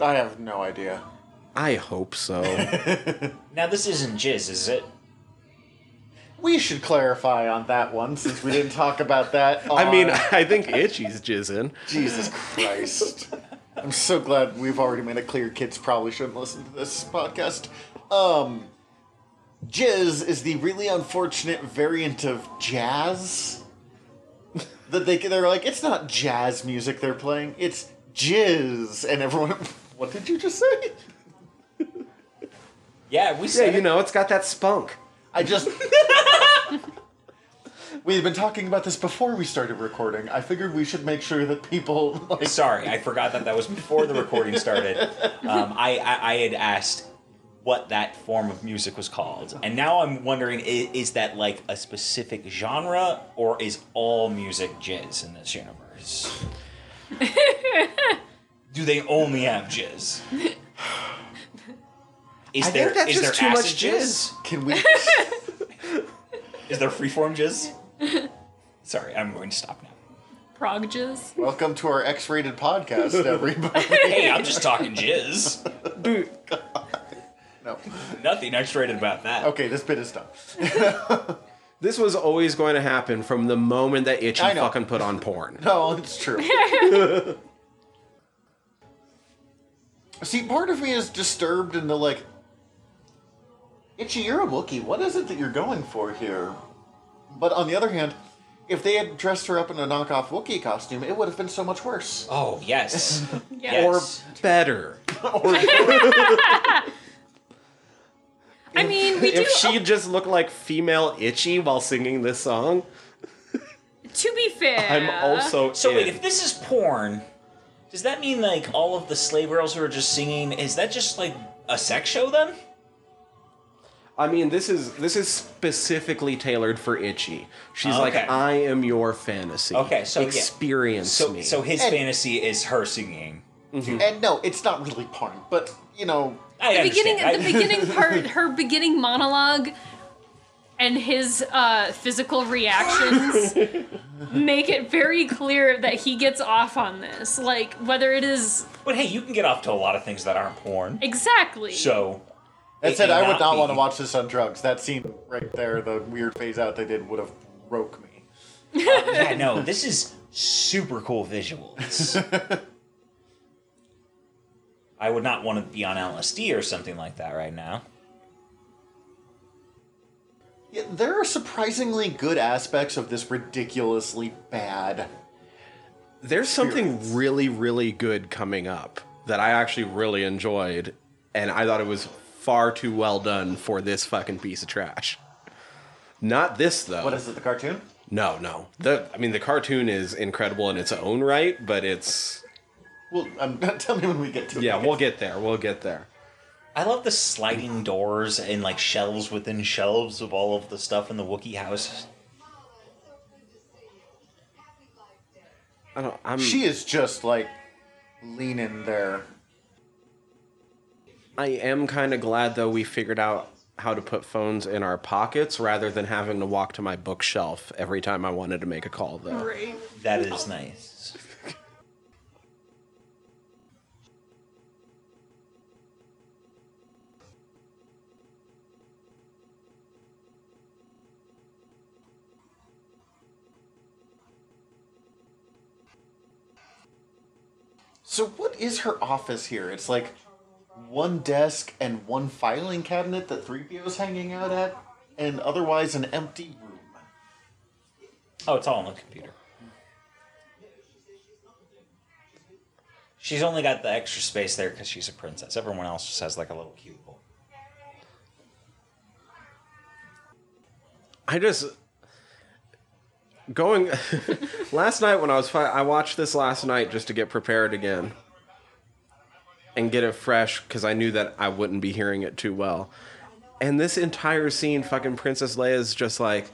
B: I have no idea.
C: i hope so
D: Now this isn't jizz, is it?
B: We should clarify on that one since we didn't talk about that.
C: I mean,
B: on-
C: I think Itchy's jizzing.
B: Jesus Christ. I'm so glad we've already made it clear kids probably shouldn't listen to this podcast. Um, jizz is the really unfortunate variant of jazz. that they they're like it's not jazz music they're playing, it's jizz, and everyone. What did you just say?
D: Yeah,
C: Yeah,
D: we said
C: you
D: it.
C: know, it's got that spunk.
B: I just. We've been talking about this before we started recording. I figured we should make sure that people like
D: Sorry, I forgot that that was before the recording started. Um, I, I I had asked what that form of music was called, and now I'm wondering is, is that like a specific genre, or is all music jizz in this universe? Do they only have jizz? Is
C: I think
D: there is
C: that's
D: there
C: just too much
D: acid
C: jizz.
B: can we
D: Is there freeform jizz? Sorry, I'm going to stop now.
E: Progges.
B: Welcome to our X-rated podcast, everybody.
D: Hey, I'm just talking jizz.
C: Dude,
B: no.
D: Nothing X-rated about that.
B: Okay, this bit is done.
C: this was always going to happen from the moment that Itchy
B: I know.
C: fucking put on porn.
B: No, it's true. See, part of me is disturbed into like, Itchy, you're a Wookiee. What is it that you're going for here? But on the other hand, if they had dressed her up in a knockoff Wookiee costume, it would have been so much worse.
D: Oh yes.
C: Or
D: Yes.
C: better.
E: I mean, we do.
C: If she just looked like female Itchy while singing this song,
E: to be fair,
C: I'm also
D: So
C: in.
D: wait, if this is porn, does that mean like all of the slave girls who are just singing? Is that just like a sex show then?
C: I mean, this is this is specifically tailored for Itchy. She's
D: Okay.
C: like, I am your fantasy.
D: Okay, so, yeah.
C: experience
D: So,
C: me.
D: so his
B: And-
D: fantasy is her singing.
B: And no, it's not really porn, but you know,
D: I
E: the
D: understand.
E: beginning, the
D: I-
E: beginning part, her beginning monologue, and his uh, physical reactions make it very clear that he gets off on this. Like whether it is
D: But hey, you can get off to a lot of things that aren't porn.
E: exactly
D: So
B: that
D: it
B: said,
D: may
B: I would not
D: be-
B: want to watch this on drugs. That scene right there, the weird phase out they did, would have broke me.
D: Yeah, no, this is super cool visuals. I would not want to be on LSD or something like that right now.
B: Yeah, there are surprisingly good aspects of this ridiculously bad.
C: There's something really, really good coming up that I actually really enjoyed, and I thought it was far too well done for this fucking piece of trash. Not this though.
B: What is it? The cartoon?
C: no, no. The I mean, the cartoon is incredible in its own right, but it's
B: Well, um, tell me when we get to it.
C: yeah. We'll get there. We'll get there.
D: I love the sliding doors and like shelves within shelves of all of the stuff in the Wookiee house.
C: I don't. I'm.
B: She is just like leaning there.
C: I am kind of glad though we figured out how to put phones in our pockets rather than having to walk to my bookshelf every time I wanted to make a call though.
E: Right.
D: That is nice.
B: So, what is her office here? It's like one desk and one filing cabinet that 3PO's hanging out at, and otherwise an empty room.
D: Oh, it's all on the computer. She's only got the extra space there because she's a princess. Everyone else just has like a little cubicle.
C: I just going last night when I was fi- I watched this last night just to get prepared again and get it fresh because I knew that I wouldn't be hearing it too well. And this entire scene, fucking Princess Leia is just like,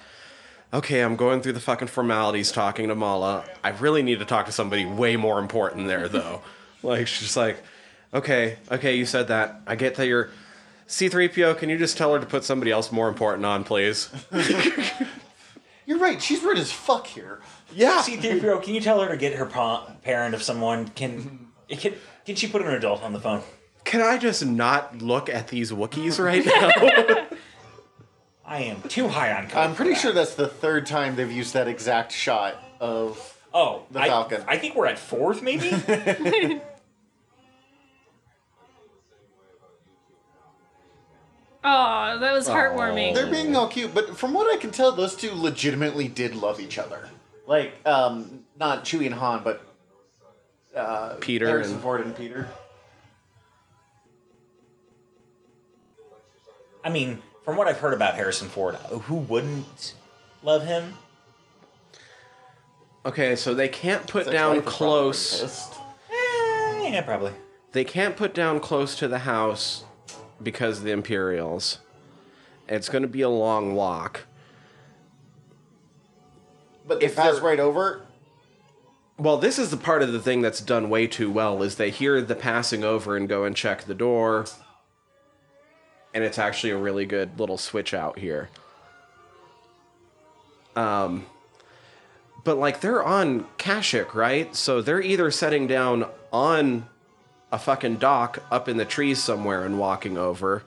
C: okay, I'm going through the fucking formalities, talking to Mala. I really need to talk to somebody way more important there though. like she's just like, okay, okay, you said that. I get that you're. C3PO, can you just tell her to put somebody else more important on, please?
B: You're right, she's rude as fuck here.
C: Yeah.
D: C-3PO, can you tell her to get her pa- parent of someone? Can
B: Mm-hmm.
D: can can she put an adult on the phone?
C: Can I just not look at these Wookiees right now?
D: I am too high on. coke
B: I'm
D: for
B: pretty
D: that.
B: sure that's the third time they've used that exact shot of.
D: Oh,
B: The
D: I-
B: Falcon.
D: I think we're at fourth, maybe.
E: Oh, that was heartwarming.
B: They're being all cute, but from what I can tell, those two legitimately did love each other. Like, um, not Chewie and Han, but
C: Peter
B: Harrison
C: and
B: Ford and Peter.
D: I mean, from what I've heard about Harrison Ford, uh, who wouldn't love him?
C: Okay, so they can't put
B: His
C: down
B: ex-wife is probably
C: close.
B: pissed.
D: Eh, yeah, probably.
C: They can't put down close to the house because of the Imperials. It's going to be a long walk.
B: But they
C: If
B: pass
C: they're-
B: right over.
C: Well, this is the part of the thing that's done way too well is they hear the passing over and go and check the door. And it's actually a really good little switch out here. Um but like they're on Kashik, right? So they're either setting down on a fucking dock up in the trees somewhere and walking over.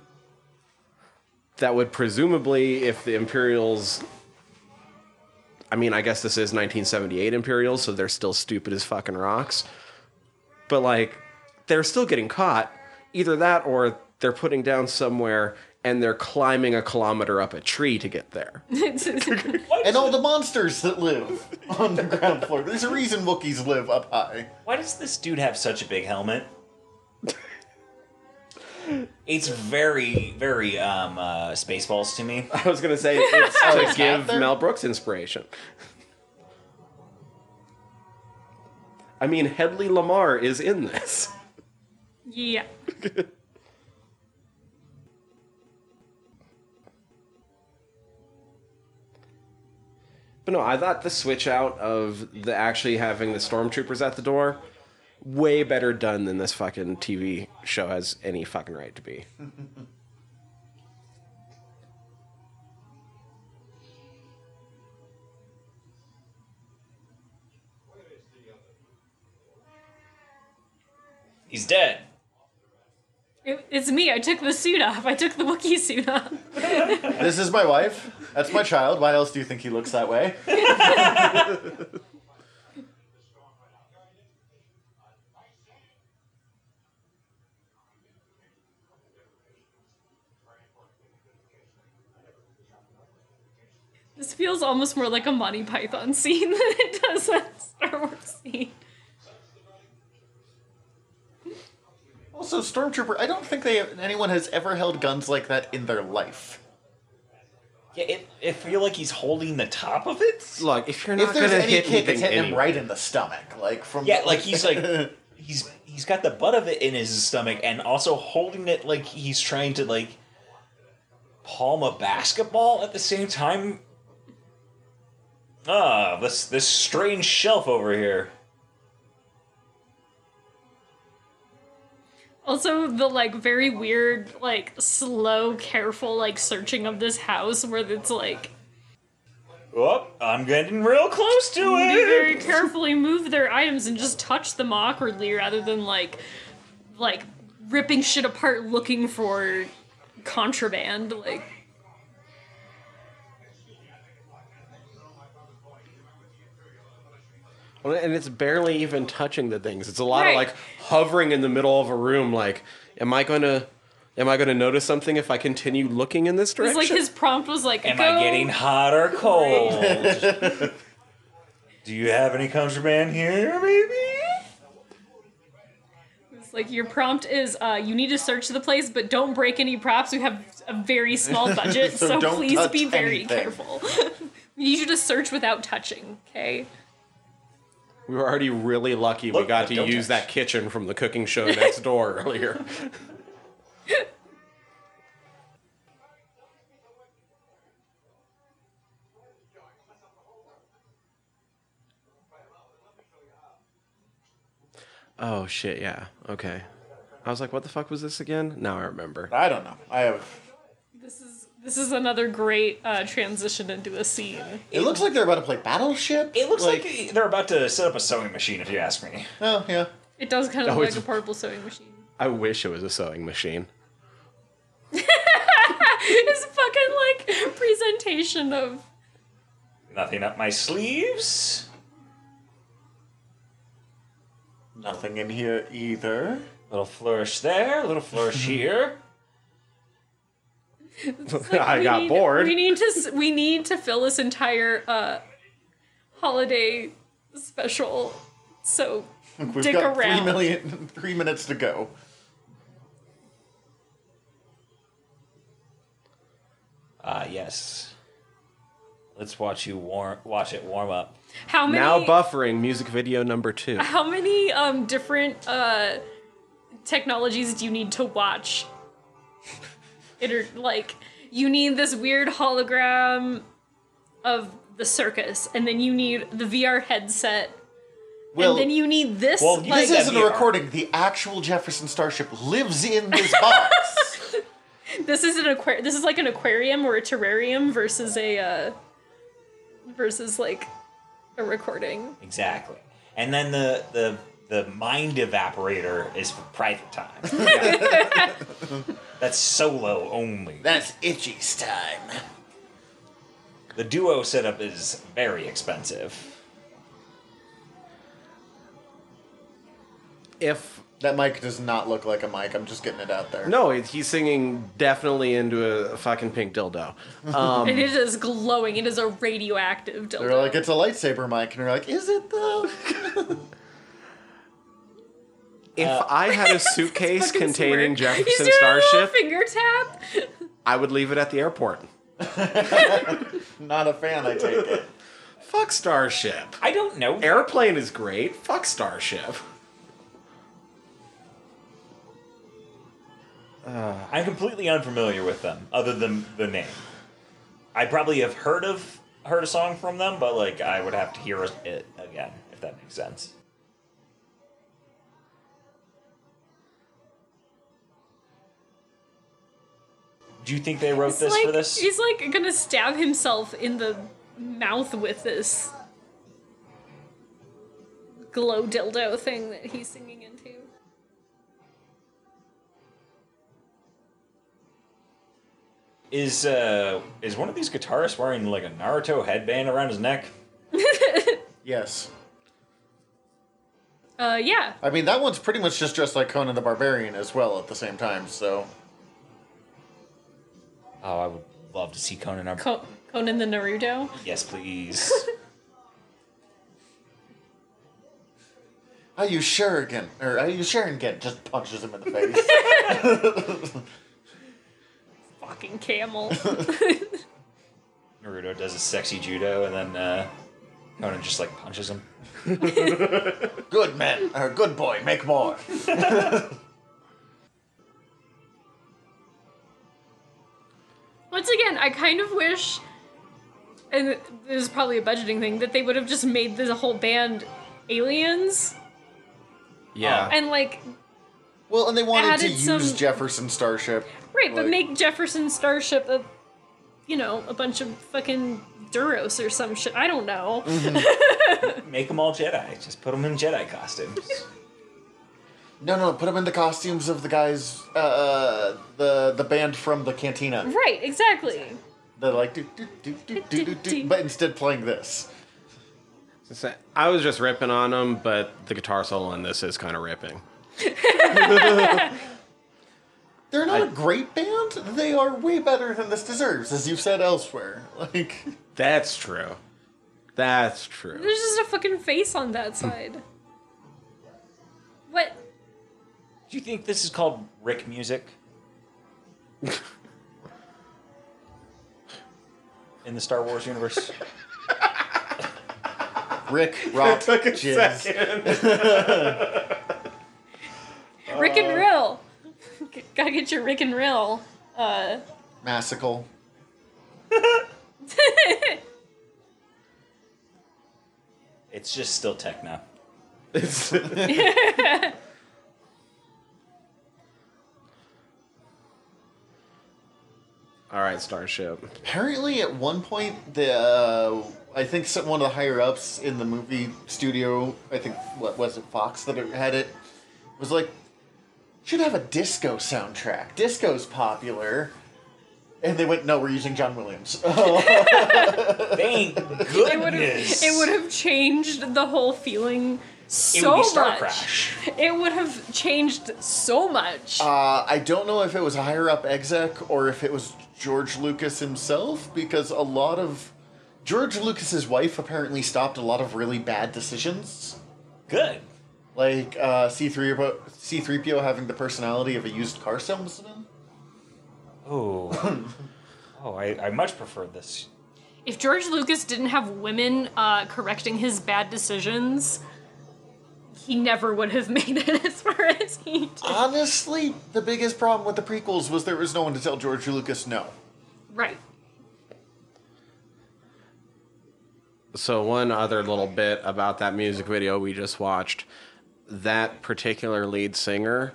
C: That would presumably if the Imperials I mean, I guess this is 1978 Imperials, so they're still stupid as fucking rocks. But like, they're still getting caught. Either that, or they're putting down somewhere and they're climbing a kilometer up a tree to get there.
B: And all the monsters that live on the ground floor. There's a reason Wookiees live up high.
D: Why does this dude have such a big helmet? it's very, very um, uh, Spaceballs to me.
C: I was gonna say it's to
B: it's
C: give
B: not there?
C: Mel Brooks inspiration. I mean, Hedley Lamar is in this.
E: yeah.
C: But no, I thought the switch out of the actually having the stormtroopers at the door way better done than this fucking TV show has any fucking right to be.
D: He's dead.
E: It- it's me. I took the suit off. I took the Wookiee suit off.
B: This is my wife. That's my child. Why else do you think he looks that way?
E: This feels almost more like a Monty Python scene than it does a Star Wars scene.
B: Also, stormtrooper. I don't think they anyone has ever held guns like that in their life.
D: Yeah, it, it feel like he's holding the top of it.
C: Look, if you're not
B: If there's
C: gonna
B: any
C: hit
B: kid that's
C: anything,
B: hitting him
C: anyway-
B: right in the stomach, like from
D: Yeah, like he's like he's he's got the butt of it in his stomach and also holding it like he's trying to like palm a basketball at the same time. Ah, this this strange shelf over here.
E: Also, the like very weird, like slow, careful, like searching of this house where it's like
D: Oh, I'm getting real close to
E: they very
D: it.
E: carefully move their items and just touch them awkwardly rather than like like ripping shit apart looking for contraband. Like
C: Well, and it's barely even touching the things. It's a lot
E: Right.
C: of like hovering in the middle of a room. Like, am I gonna, am I gonna notice something if I continue looking in this
E: it's
C: direction?
E: like his prompt was like,
D: Am
E: Go.
D: I getting hot or cold? Do you have any contraband here, maybe?
E: It's like your prompt is uh, you need to search the place, but don't break any props. We have a very small budget,
B: So
E: so,
B: don't
E: please
B: touch
E: be very
B: anything.
E: careful. we need you to search without touching, okay?
C: we were already really lucky we
D: Look,
C: got to
D: don't
C: use
D: touch.
C: that kitchen from the cooking show next door earlier. Oh shit! Yeah. Okay. I was like, "What the fuck was this again?" Now I remember.
B: I don't know. I have.
E: This is this is another great uh, transition into a scene.
B: It, looks like they're about to play battleship.
D: It looks like, they're about to set up a sewing machine, if you ask me.
B: Oh yeah.
E: It does kind of
C: Oh,
E: look
C: it's-
E: like a portable sewing machine.
C: I wish it was a sewing machine.
E: His fucking like presentation of
D: Nothing up my sleeves.
B: Nothing in here either.
D: Little flourish there, little flourish here.
E: it's like,
C: I
E: we
C: got
E: need-
C: bored.
E: We need to s- we need to fill this entire uh, holiday special. So
B: We've
E: Dick
B: got three
E: around.
B: million, three minutes to go.
D: Ah, yes. Let's watch you warm. Watch it warm up.
E: how many
C: Now buffering music video number two.
E: How many um, different uh, technologies do you need to watch? Inter- like, you need this weird hologram of the circus, and then you need the VR headset,
B: Well,
E: and then you need this.
D: Well, you
E: like,
B: this
D: Like a
B: isn't a
D: VR.
B: recording. The actual Jefferson Starship lives in this box.
E: this is an aquar- This is like an aquarium or a terrarium versus a uh, versus like a recording.
D: Exactly. And then the the the mind evaporator is for private time. That's solo only.
B: That's Itchy's time.
D: The duo setup is very expensive.
C: If
B: That mic does not look like a mic. I'm just getting it out there.
C: no, he's singing definitely into a fucking pink dildo. Um,
E: And it is glowing. It is a radioactive dildo.
B: They're like, it's a lightsaber mic, and you're like, is it though?
C: If I had a suitcase
E: Uh, Fucking
C: containing
E: smirk. He's
C: Jefferson
E: doing a little
C: Starship,
E: Finger tap.
C: I would leave it at the airport.
B: not a fan, I take it.
C: Fuck Starship.
D: I don't know.
C: Airplane is great. Fuck Starship.
D: I'm completely unfamiliar with them, other than the name. I probably have heard of heard a song from them, but like I would have to hear it again if that makes sense. Do you think they wrote
E: It's
D: this
E: like,
D: for this?
E: He's like gonna stab himself in the mouth with this glow dildo thing that he's singing into.
D: Is uh is one of these guitarists wearing like a Naruto headband around his neck?
B: Yes.
E: Uh, yeah.
B: I mean, that one's pretty much just dressed like Conan the Barbarian as well at the same time, so.
D: Oh, I would love to see Conan. Our-
E: Co- Conan the Naruto.
D: yes, please.
B: I use Shuriken, or I use Sharingan, just punches him in the face.
E: Fucking camel.
D: Naruto does his sexy judo, and then uh, Conan just like punches him.
B: good man, or good boy, make more.
E: Once again, I kind of wish, and this is probably a budgeting thing, that they would have just made the whole band aliens
C: Yeah.
E: Oh. and like
B: Well, and they wanted to
E: Added
B: use
E: some-
B: Jefferson Starship.
E: Right, but
B: Like-
E: make Jefferson Starship a, you know, a bunch of fucking Duros or some shit. I don't know.
D: Make them all Jedi. Just put them in Jedi costumes.
B: No, no, put him in the costumes of the guys, uh, uh, the the band from the cantina.
E: right, exactly.
B: They're like, do, do, do, do, do, do, do, but instead playing this.
C: So I was just ripping on them, but the guitar solo in this is kind of ripping.
B: They're not a great band. They are way better than this deserves, as you've said elsewhere. Like,
C: That's true. That's true.
E: There's just a fucking face on that
C: Hmm.
E: side. what?
D: Do you think this is called Rick music? in the Star Wars universe?
B: Rick, Rock, Jizz.
E: Rick
D: Uh.
E: and Rill. G- Gotta get your Rick and Rill. Uh,
B: Massicle.
D: It's just still techno.
C: All right, Starship.
B: Apparently, at one point, the uh, I think some, one of the higher ups in the movie studio, I think what was it, Fox that it had it, was like, should have a disco soundtrack. Disco's popular, and they went, no, we're using John Williams. Uh,
D: Thank
E: it would have
D: goodness.
E: it would have changed the whole feeling so
D: be Star
E: much.
D: Crash.
E: It would have changed so much.
B: Uh, I don't know if it was a higher up exec or if it was George Lucas himself, because a lot of George Lucas's wife apparently stopped a lot of really bad decisions,
D: Good.
B: like uh, C three C three PO having the personality of a used car salesman.
D: Oh. oh, I, I much prefer this.
E: if George Lucas didn't have women uh, correcting his bad decisions, he never would have made it as far as he did.
B: Honestly, the biggest problem with the prequels was there was no one to tell George Lucas no.
E: Right.
C: So one other little bit about that music video we just watched, that particular lead singer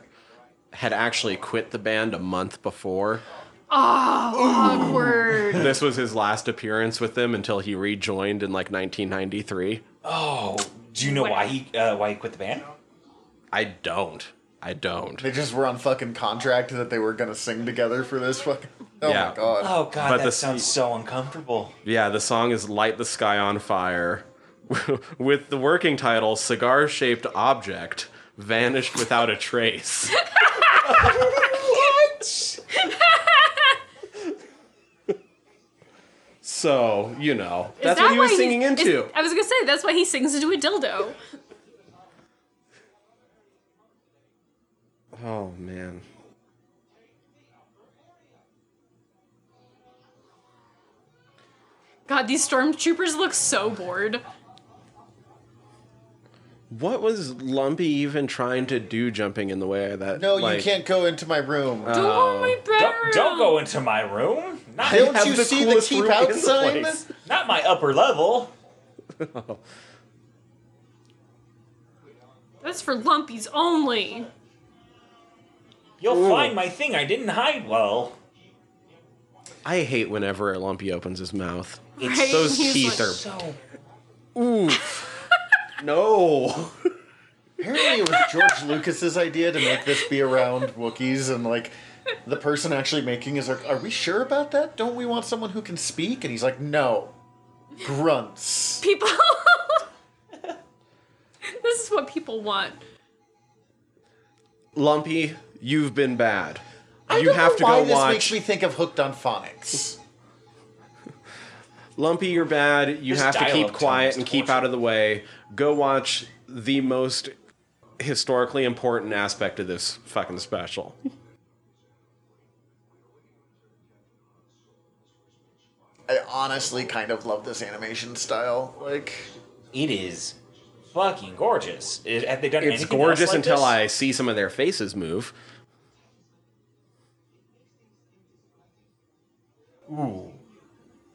C: had actually quit the band a month before.
E: Awkward.
C: This was his last appearance with them until he rejoined in like 1993.
D: Oh, do you know why he uh, why he quit the band?
C: I don't. I don't.
B: They just were on fucking contract that they were gonna sing together for this fucking. Oh
C: Yeah.
B: my god.
D: Oh god,
C: But
D: that
C: the-
D: sounds so uncomfortable.
C: Yeah, the song is Light the Sky on Fire with the working title Cigar Shaped Object Vanished Without a Trace.
D: What?
C: So, you know,
E: Is
C: that's
E: that
C: what he was
E: why
C: singing
E: is-
C: into.
E: I was gonna say that's why he sings into a dildo.
C: Oh, man.
E: God, these stormtroopers look so bored.
C: What was Lumpy even trying to do jumping in the way that?
B: No,
C: like- uh,
B: you can't go into my room.
E: Don't want my
D: Uh, Don't,
E: bedroom.
D: don't go into my room. Not,
B: Don't
C: have
B: you
C: the
B: see the
C: coolest
B: keep
C: room in
B: out
C: the
B: sign?
C: place.
D: not my upper level.
E: That's for lumpies only.
D: You'll
C: Ooh.
D: find my thing. I didn't hide well.
C: I hate whenever Lumpy opens his mouth.
D: It's
E: right?
C: Those
E: He's
C: teeth
E: like-
C: are
D: So
C: no.
B: Apparently, it was George Lucas's idea to make this be around Wookiees, and like the person actually making is like, "Are we sure about that? Don't we want someone who can speak?" And he's like, "No, grunts."
E: people. this is what people want.
C: Lumpy, you've been bad.
B: I
C: you
B: don't
C: have
B: know
C: to
B: why
C: go
B: this
C: watch.
B: Makes me think of Hooked on Phonics.
C: Lumpy, you're bad. You
D: This
C: have to
D: dialogue
C: keep
D: tone
C: quiet
D: is
C: and keep
D: torture.
C: out of the way. Go watch the most historically important aspect of this fucking special.
B: I honestly kind of love this animation style. Like,
D: it is fucking gorgeous. Is- have they done
C: It's
D: anything else
C: gorgeous
D: like
C: until
D: this?
C: I see some of their faces move.
D: Ooh.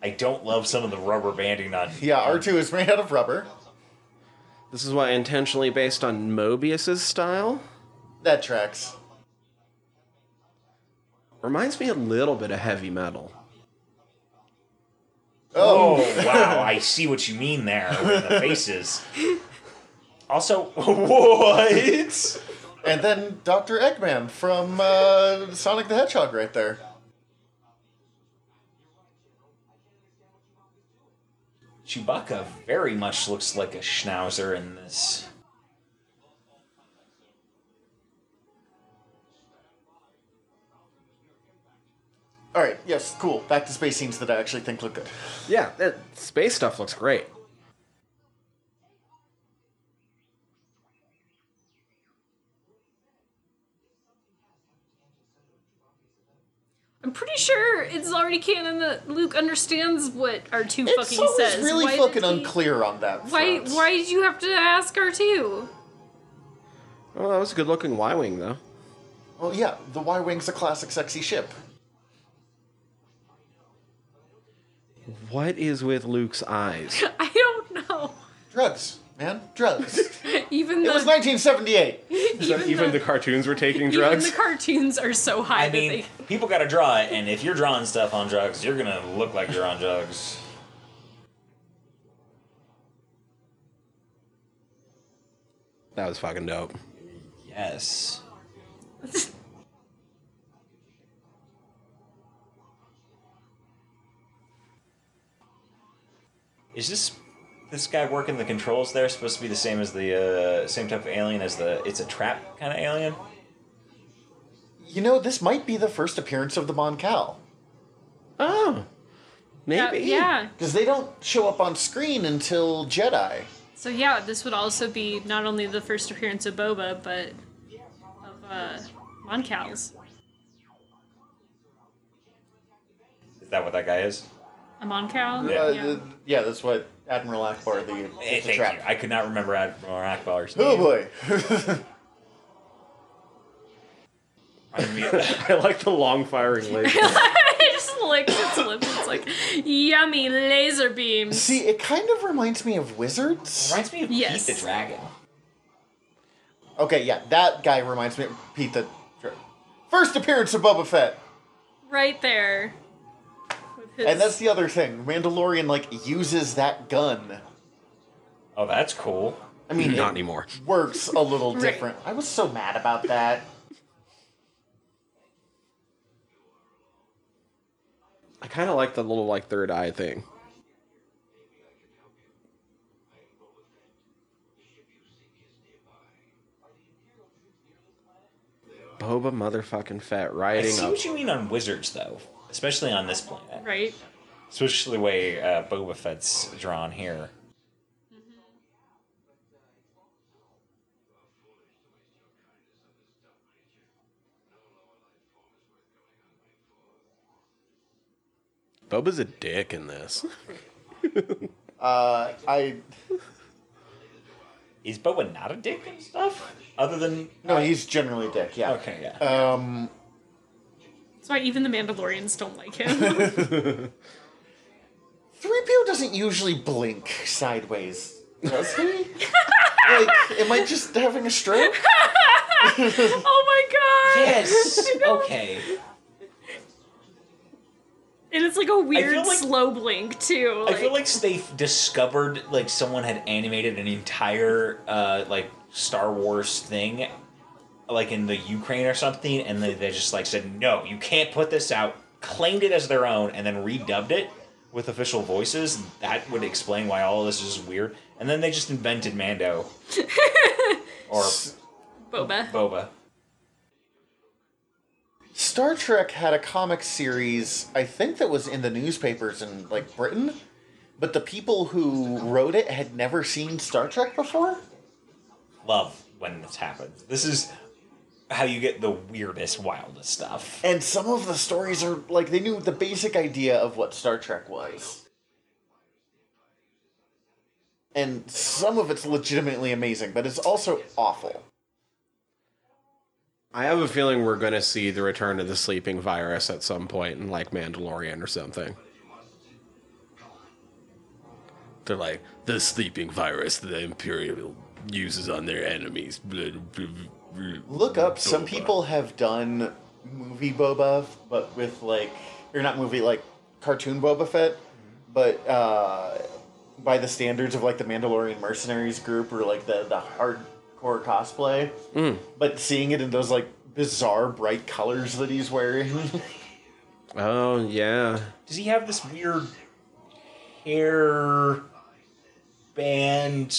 D: I don't love some of the rubber banding on.
B: yeah, R two is made out of rubber.
C: This is why intentionally based on Mobius's style.
B: That tracks.
C: Reminds me a little bit of heavy metal.
D: Oh wow! I see what you mean there with the faces. Also, what?
B: And then Doctor Eggman from uh, Sonic the Hedgehog, right there.
D: Chewbacca very much looks like a schnauzer in this.
B: All right, yes, cool. Back to space scenes that I actually think look good.
C: Yeah, that space stuff looks great.
E: I'm pretty sure it's already canon that Luke understands what R2
B: It's
E: fucking
B: always
E: says.
B: really
E: Why did
B: fucking
E: he-
B: unclear on that.
E: Why?
B: front.
E: Why did you have to ask R2?
C: Well, that was a good looking Y Wing, though.
B: Well, yeah, the Y Wing's a classic sexy ship.
C: What is with Luke's eyes?
E: I don't know.
B: Drugs, man, drugs. it
E: Even the
B: was 1978.
E: even, the,
C: cartoons were taking
E: even the cartoons are so high
D: I mean,
E: that
D: people gotta draw it, and if you're drawing stuff on drugs, you're gonna look like you're on drugs.
C: That was fucking dope.
D: Yes. Is this this guy working the controls there supposed to be the same as the uh, same type of alien as the it's a trap kind of alien?
B: You know, this might be the first appearance of the Mon Cal.
C: Oh,
E: they
C: maybe.
E: yeah.
B: Because they don't show up on screen until Jedi.
E: So yeah, this would also be not only the first appearance of Boba, but of uh, Mon Cal's.
D: Is that what that guy is?
E: A Mon Cal.
D: Yeah.
B: Uh, th- yeah, that's what Admiral Akbar, the,
D: Eh,
B: it's a
D: thank you.
B: trap.
D: I could not remember Admiral Akbar's
B: Oh
D: name.
B: boy.
D: I mean,
C: I like the long firing laser.
E: I just licked its lip. It's like yummy laser beams.
B: See, it kind of reminds me of Wizards.
D: reminds me of
E: Yes.
D: Pete the Dragon.
B: Okay, yeah, that guy reminds me of Pete the. First appearance of Boba Fett.
E: right there. With his,
B: And that's the other thing. Mandalorian, like, uses that gun.
D: Oh, that's cool.
B: I mean,
C: Not
B: it
C: anymore.
B: works a little
E: Right.
B: different. I was so mad about that.
C: I kind of like the little like third eye thing. Boba motherfucking fat
D: I
C: riding
D: see
C: up.
D: what you mean on wizards though, especially on this planet.
E: right.
D: Especially the way uh, Boba Fett's drawn here.
C: Boba's a dick in this.
B: Uh, I.
D: Is Boba not a dick and stuff? Other than
B: Uh, No, he's generally a dick, yeah.
D: okay, yeah.
B: Um,
E: That's why even the Mandalorians don't like him.
B: 3PO doesn't usually blink sideways, does he? like, am I just having a stroke?
E: oh my god!
D: Yes. okay.
E: And it's like a weird
D: like-
E: slow blink too.
D: I feel like they discovered like someone had animated an entire uh, like Star Wars thing, like in the Ukraine or something, and they, they just like said, "No, you can't put this out." Claimed it as their own, and then redubbed it with official voices. That would explain why all of this is weird. And then they just invented Mando or
E: Boba.
D: Boba.
B: Star Trek had a comic series, I think that was in the newspapers in like Britain, but the people who wrote it had never seen Star Trek before.
D: Love when this happens. This is how you get the weirdest, wildest stuff.
B: And some of the stories are like they knew the basic idea of what Star Trek was. And some of it's legitimately amazing, but it's also awful.
C: I have a feeling we're going to see the return of the sleeping virus at some point in like Mandalorian or something. They're like, the sleeping virus that the Imperial uses on their enemies.
B: Look up. Some
C: Boba.
B: people have done movie Boba, but with like, or not movie, like cartoon Boba Fett,
D: Mm-hmm.
B: but uh, by the standards of like the Mandalorian mercenaries group or like the the hardcore cosplay.
D: Mm.
B: But seeing it in those like bizarre bright colors that he's wearing,
C: Oh, yeah.
D: Does he have this weird hair band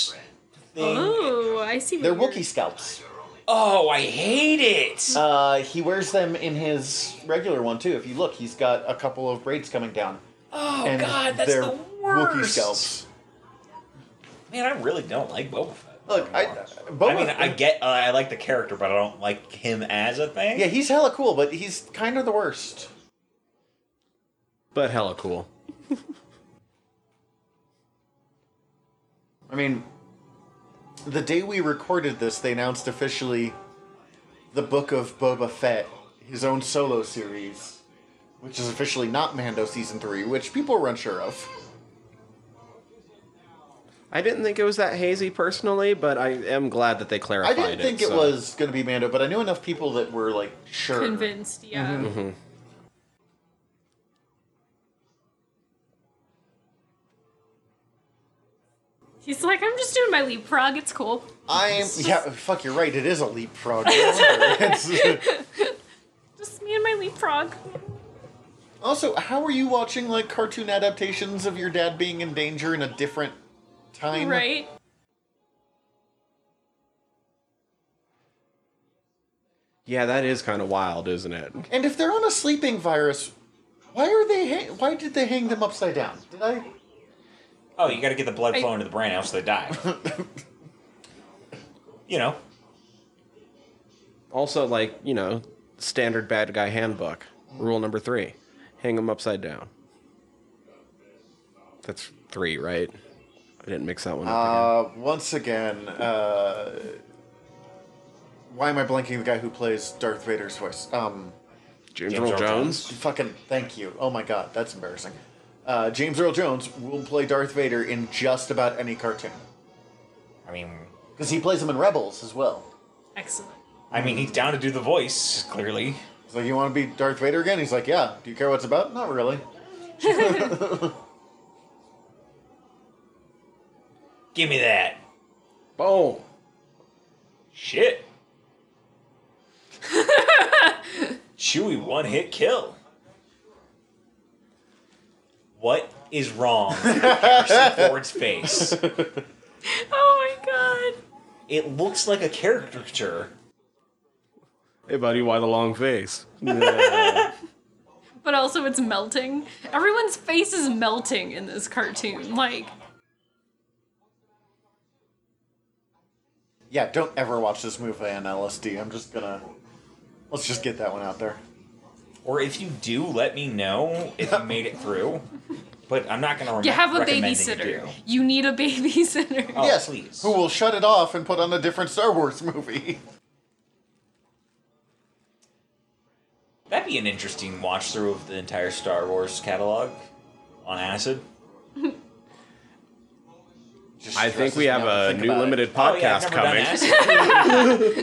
D: thing?
E: Oh, I see. what
B: they're
E: you're-
B: Wookiee scalps.
D: Oh, I hate it.
B: Uh, he wears them in his regular one too. If you look, he's got a couple of braids coming down.
D: oh
B: and
D: god, that's
B: they're
D: the
B: Wookiee
D: worst.
B: scalps.
D: Man, I really don't like Boba Fett.
B: Look, I,
D: anymore.
B: Boba
D: I mean, I get uh, I like the character, but I don't like him as a thing.
B: Yeah, he's hella cool, but he's kind of the worst.
C: But hella cool.
B: I mean, the day we recorded this, they announced officially the Book of Boba Fett, his own solo series, which is officially not Mando season three, which people were unsure of.
C: I didn't think it was that hazy personally, but I am glad that they
B: I
C: clarified it.
B: didn't think it
C: so-
B: was going to be Mando, but I knew enough people that were like sure. Mm-hmm.
E: convinced. Yeah.
D: Mm-hmm.
E: He's like, I'm just doing my leapfrog. It's cool.
B: I'm yeah. Fuck, you're right. It is a leapfrog. It's-
E: Just me and my leapfrog.
B: also, how are you watching like cartoon adaptations of your dad being in danger in a different time?
E: Right?
C: Yeah, that is kind of wild, isn't it?
B: And if they're on a sleeping virus, why are they? Ha- why did they hang them upside down? Did I?
D: Oh, you got to get the blood
E: I-
D: flowing to the brain, else they die. you know,
C: Also, like, you know, standard bad guy handbook. Rule number three hang them upside down. That's three, right? I didn't mix that one up. again.
B: Uh, once again, uh, why am I blanking the guy who plays Darth Vader's voice? Um,
C: James,
D: James
C: Earl
D: Earl
C: Jones?
B: fucking thank you. Oh my god, that's embarrassing. Uh, James Earl Jones will play Darth Vader in just about any cartoon
D: I mean,
B: because he plays him in Rebels as well.
E: Excellent.
D: I mean, he's down to do the voice clearly.
B: It's like, you want to be Darth Vader again? He's like, yeah. Do you care what it's about? Not really.
D: Give me that
C: Boom!
D: shit. Chewy one hit kill. What is wrong with Harrison Ford's face?
E: Oh my god.
D: It looks like a caricature.
C: Hey, buddy, why the long face?
E: But also, it's melting. Everyone's face is melting in this cartoon. Like,
B: Yeah, don't ever watch this movie on LSD. I'm just gonna. Let's just get that one out there.
D: Or if you do, let me know if you made it through. But I'm not gonna remember.
E: you have a
D: recommend that you
E: babysitter.
D: do.
E: You, need a babysitter.
D: Oh,
B: yes,
D: please.
B: Who will shut it off and put on a different Star Wars movie?
D: That that'd be an interesting watch through of the entire Star Wars catalog on acid.
B: Just
C: I think
B: stresses
C: we
B: me
C: have
B: out to
C: a
B: think
C: new
B: about it.
C: limited
D: Oh, yeah,
C: podcast
D: I've never done
C: coming.
D: acid.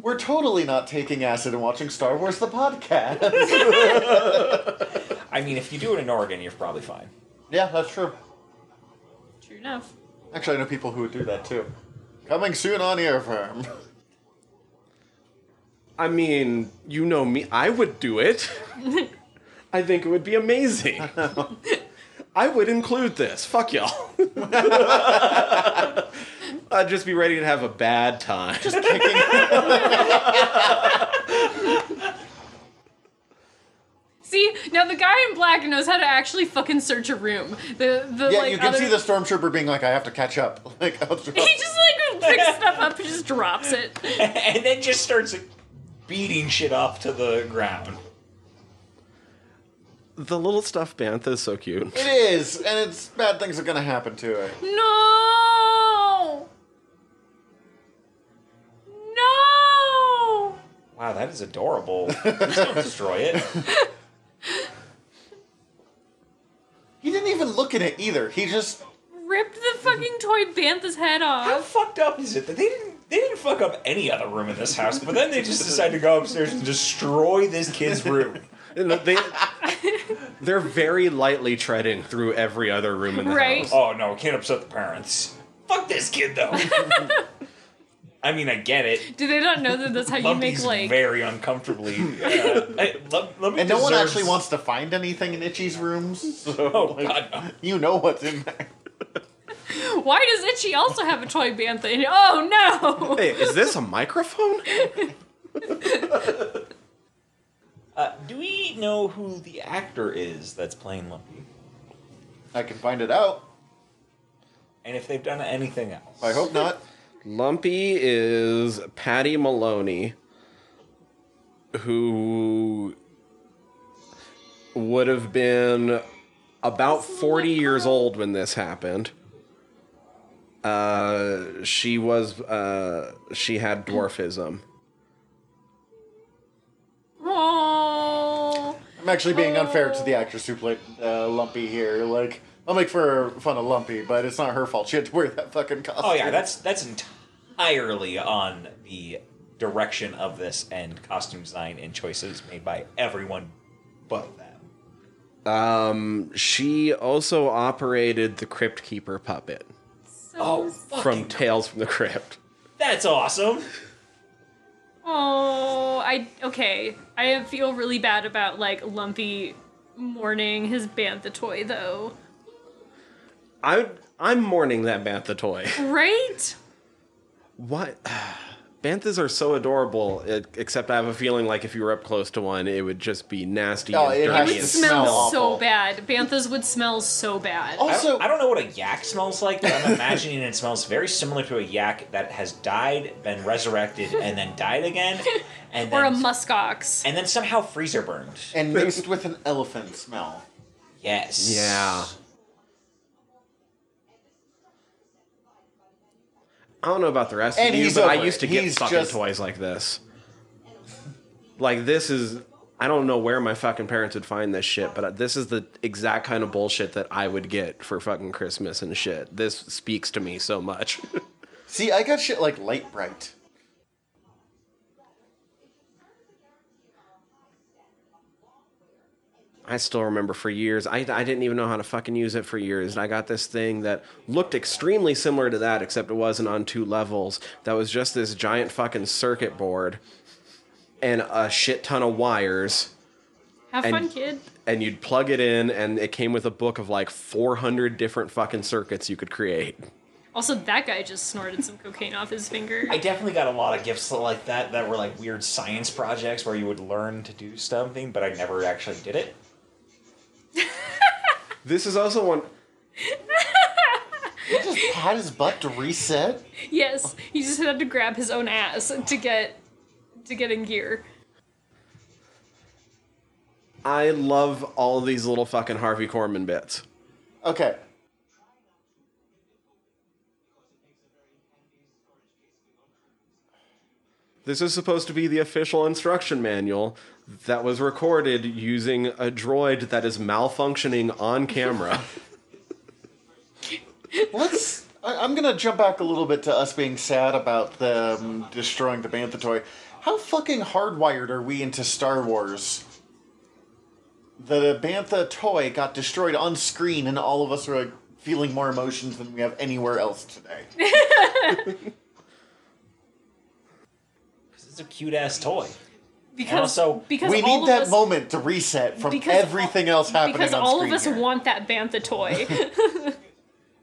B: We're totally not taking acid and watching Star Wars the podcast.
D: I mean, if you do it in Oregon, you're probably fine.
B: yeah, that's true.
E: True enough.
B: Actually, I know people who would do that too. Coming soon on Air Firm.
C: I mean, you know me. I would do it. I think it would be amazing. I would include this. Fuck y'all. I'd just be ready to have a bad time.
E: See, now the guy in black knows how to actually fucking search a room. The the
B: yeah,
E: like
B: you can
E: other-
B: see the stormtrooper being like, "I have to catch up." Like, I'll drop-
E: He just like picks stuff up and just drops it.
D: and then just starts beating shit off to the ground.
C: The little stuffed bantha is so cute.
B: it is, and it's bad things are gonna happen to it.
E: No. No.
D: Wow, that is adorable. Please don't destroy it.
B: He didn't even look at it either. He just
E: Ripped the fucking toy Bantha's head
D: How
E: off.
D: fucked up is it that they didn't they didn't fuck up any other room in this house, but then they just decide to go upstairs and destroy this kid's room.
C: And They, they're very lightly treading through every other room in the
E: Right.
C: house.
D: Oh no, can't upset the parents. Fuck this kid though. I mean, I get it.
E: Do they not know that that's how you make
D: Lumpy's
E: like?
D: very uncomfortably. Uh, I- Lump- Lumpy
B: and no one
D: deserves-
B: actually wants to find anything in Itchy's rooms. So,
D: Oh
B: like,
D: god, no.
B: you know what's in there.
E: Why does Itchy also have a toy Bantha? In it? Oh no.
C: Hey, is this a microphone?
D: Uh, do we know who the actor is that's playing Lumpy?
B: I can find it out.
D: And if they've done anything else?
B: I hope not.
C: Lumpy is Patty Maloney, who would have been about 40 years old when this happened. Uh, she was, uh, she had dwarfism.
E: Oh.
B: I'm actually being unfair to the actress who played uh, Lumpy here. Like, I'll make for fun of Lumpy, but it's not her fault. She had to wear that fucking costume.
D: Oh yeah, that's that's entirely on the direction of this and costume design and choices made by everyone but them.
C: Um, she also operated the Crypt Keeper puppet
E: So
D: Oh,
C: from
D: fucking
C: Tales from the Crypt.
D: that's awesome.
E: Oh, I okay. I feel really bad about like Lumpy mourning his Bantha toy though.
C: I, I'm mourning that Bantha toy.
E: Right?
C: What? Banthas are so adorable, e- except I have a feeling like if you were up close to one, it would just be nasty
B: Oh,
C: and
B: it
E: It
B: has
C: dirty.
E: would
B: to
C: and-
E: smell,
B: smell awful. Oh,
E: so bad. Banthas would smell so bad.
D: I
B: Also,
D: don't, I don't know what a yak smells like, but I'm imagining it smells very similar to a yak that has died, been resurrected, and then died again, and
E: or a
D: then
E: muskox.
D: and then somehow freezer burned.
B: and mixed with an elephant smell.
D: Yes.
C: yeah. I don't know about the rest
B: And
C: of you,
B: he's
C: but I
B: over
C: used to
B: it.
C: get
B: He's
C: fucking
B: just-
C: toys like this. Like this is, I don't know where my fucking parents would find this shit, but uh, this is the exact kind of bullshit that I would get for fucking Christmas and shit. This speaks to me so much.
B: See, I got shit like Light Bright.
C: I still remember for years. I, I didn't even know how to fucking use it for years. And I got this thing that looked extremely similar to that, except it wasn't on two levels. That was just this giant fucking circuit board and a shit ton of wires.
E: Have
C: and-
E: fun, kid.
C: And you'd plug it in, and it came with a book of like 400 different fucking circuits you could create.
E: Also, that guy just snorted some cocaine off his finger.
D: I definitely got a lot of gifts like that that were like weird science projects where you would learn to do something, but I never actually did it.
C: This is also one.
B: He just pat his butt to reset.
E: yes, he just had to grab his own ass to get to get in gear.
C: I love all these little fucking Harvey Korman bits.
B: Okay.
C: This is supposed to be the official instruction manual that was recorded using a droid that is malfunctioning on camera.
B: Let's. I, I'm gonna jump back a little bit to us being sad about them destroying the Bantha toy. How fucking hardwired are we into Star Wars? The Bantha toy got destroyed on screen, and all of us are like feeling more emotions than we have anywhere else today.
D: It's a cute ass toy.
E: because
D: also,
E: because
B: we
E: all
B: need
E: of
B: that
E: us,
B: moment to reset from
E: because
B: everything
E: all-
B: else happening
E: because
B: on
E: all
B: screen
E: of us
B: here.
E: want that bantha toy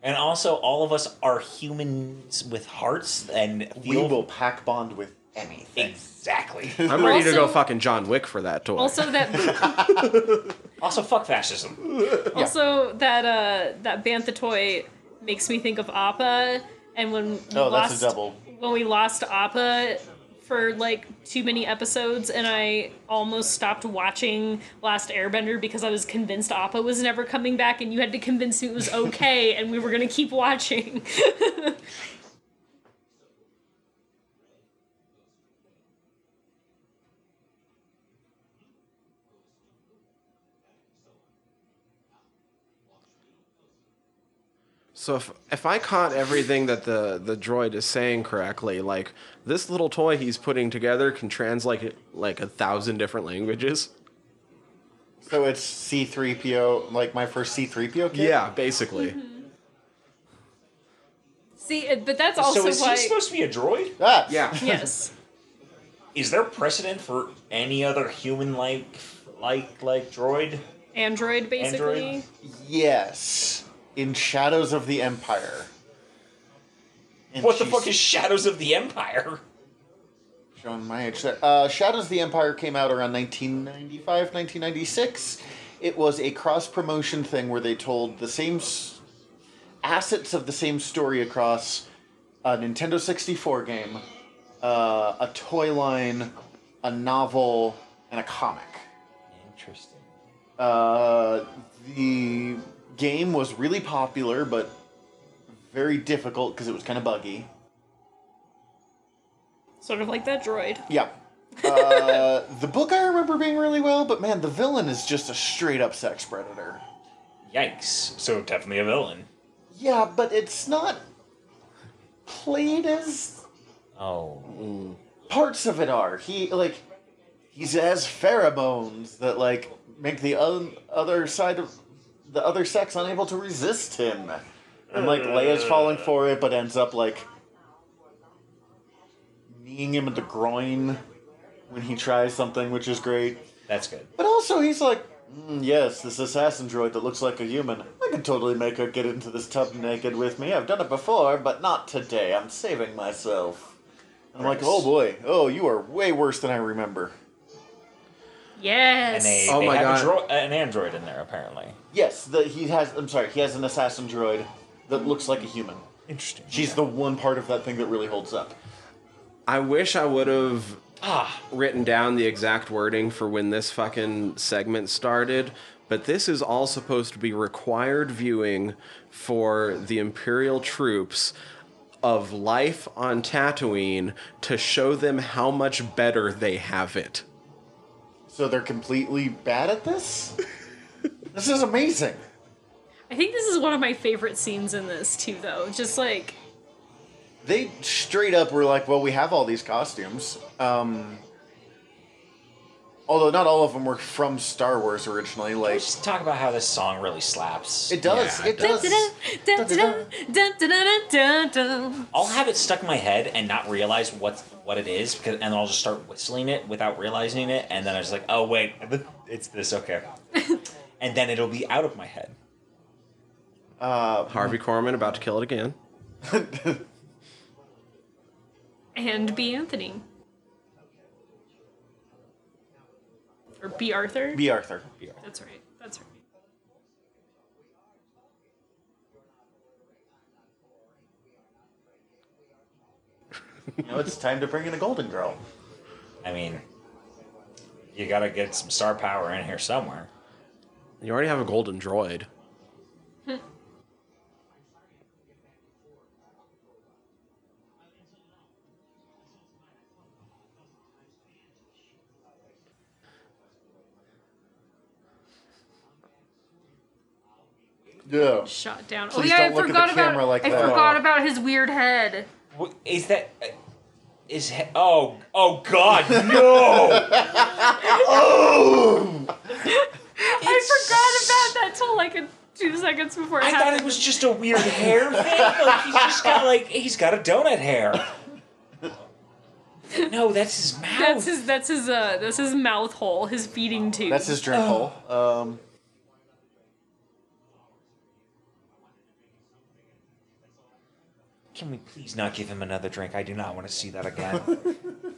D: And also, all of us are humans with hearts and
B: we
D: feel
B: will pack bond with anything.
D: exactly.
C: I'm ready to go
E: Also-
C: fucking John Wick for that toy.
E: also that
D: also, fuck fascism.
E: Also, that uh, that bantha toy makes me think of Appa, and when we
B: Oh,
E: lost,
B: that's a double.
E: when we lost Appa for like too many episodes, and I almost stopped watching Last Airbender because I was convinced Appa was never coming back, and you had to convince me it was okay, and we were gonna keep watching.
C: So if if I caught everything that the the droid is saying correctly, like this little toy he's putting together can translate it like a thousand different languages.
B: So it's C3PO, like my first C3PO kid?
C: Yeah, basically.
E: Mm-hmm. See, uh, but that's also
D: so, is
E: why.
D: he supposed to be a droid?
B: Ah,
C: Yeah.
E: yes.
D: Is there precedent for any other human-like, like, like droid?
E: Android, basically.
D: Android?
B: Yes. In Shadows of the Empire. And
D: What the
B: she's
D: fuck is Shadows of the Empire?
B: showing my age there? Uh, Shadows of the Empire came out around 1995, 1996. It was a cross promotion thing where they told the same s- assets of the same story across a Nintendo 64 game, uh, a toy line, a novel, and a comic.
D: Interesting.
B: Uh, the game was really popular, but very difficult because it was kind of buggy.
E: Sort of like that droid.
B: Yeah. Uh, the book I remember being really well, but man, the villain is just a straight up sex predator.
D: Yikes! So definitely a villain.
B: Yeah, but it's not played as
D: Oh,
B: parts of it are. He like he has pheromones that like make the o- other side of the other sex unable to resist him. And like Leia's falling for it, but ends up like kneeing him in the groin when he tries something, which is great.
D: that's good.
B: But also, he's like, "Mm, yes, this assassin droid that looks like a human. I could totally make her get into this tub naked with me. I've done it before, but not today. I'm saving myself. I'm like,
D: Nice.
B: oh boy, oh, you are way worse than I remember.
E: Yes.
D: And they,
C: Oh
D: they
C: my
D: have a
C: God.
D: dro- an android in there apparently.
B: Yes, the, he has, I'm sorry, he has an assassin droid that looks like a human.
D: Interesting.
B: She's the one part of that thing that really holds up.
C: I wish I would have
D: ah.
C: written down the exact wording for when this fucking segment started, but this is all supposed to be required viewing for the Imperial troops of life on Tatooine to show them how much better they have it.
B: So they're completely bad at this? this is amazing.
E: I think this is one of my favorite scenes in this too, though. Just like
B: they straight up were like, "Well, we have all these costumes." Um, although not all of them were from Star Wars originally. Like
D: Let's just talk about how this song really slaps.
B: it does,
C: Yeah,
B: it does.
E: Dun-dun-dun, dun-dun-dun-dun-dun.
D: I'll have it stuck in my head and not realize what what it is, because, and then I'll just start whistling it without realizing it, and then I was like, oh wait, it's this, okay, and then it'll be out of my head.
B: Uh,
C: Harvey Corman about to kill it again.
E: and B. Anthony. Or B. Arthur?
B: B. Arthur.
E: That's right. That's right.
B: You know, it's time to bring in the Golden Girl.
D: I mean, you gotta get some star power in here somewhere.
C: You already have a golden droid.
B: Yeah.
E: shot down.
B: Please
E: oh yeah,
B: don't
E: I
B: look at the
E: forgot about
B: camera like
E: I
B: that.
E: forgot about his weird head.
D: Wh- Is that uh, is he- oh oh god no
E: I forgot about that till like a, two seconds before it
D: I
E: happened.
D: thought it was just a weird hair thing like he's just got like he's got a donut hair no that's his mouth
E: that's his that's his uh that's his mouth hole, his feeding tube.
B: That's his drink
D: Uh.
B: hole. Um,
D: can we please not give him another drink I do not want to see that again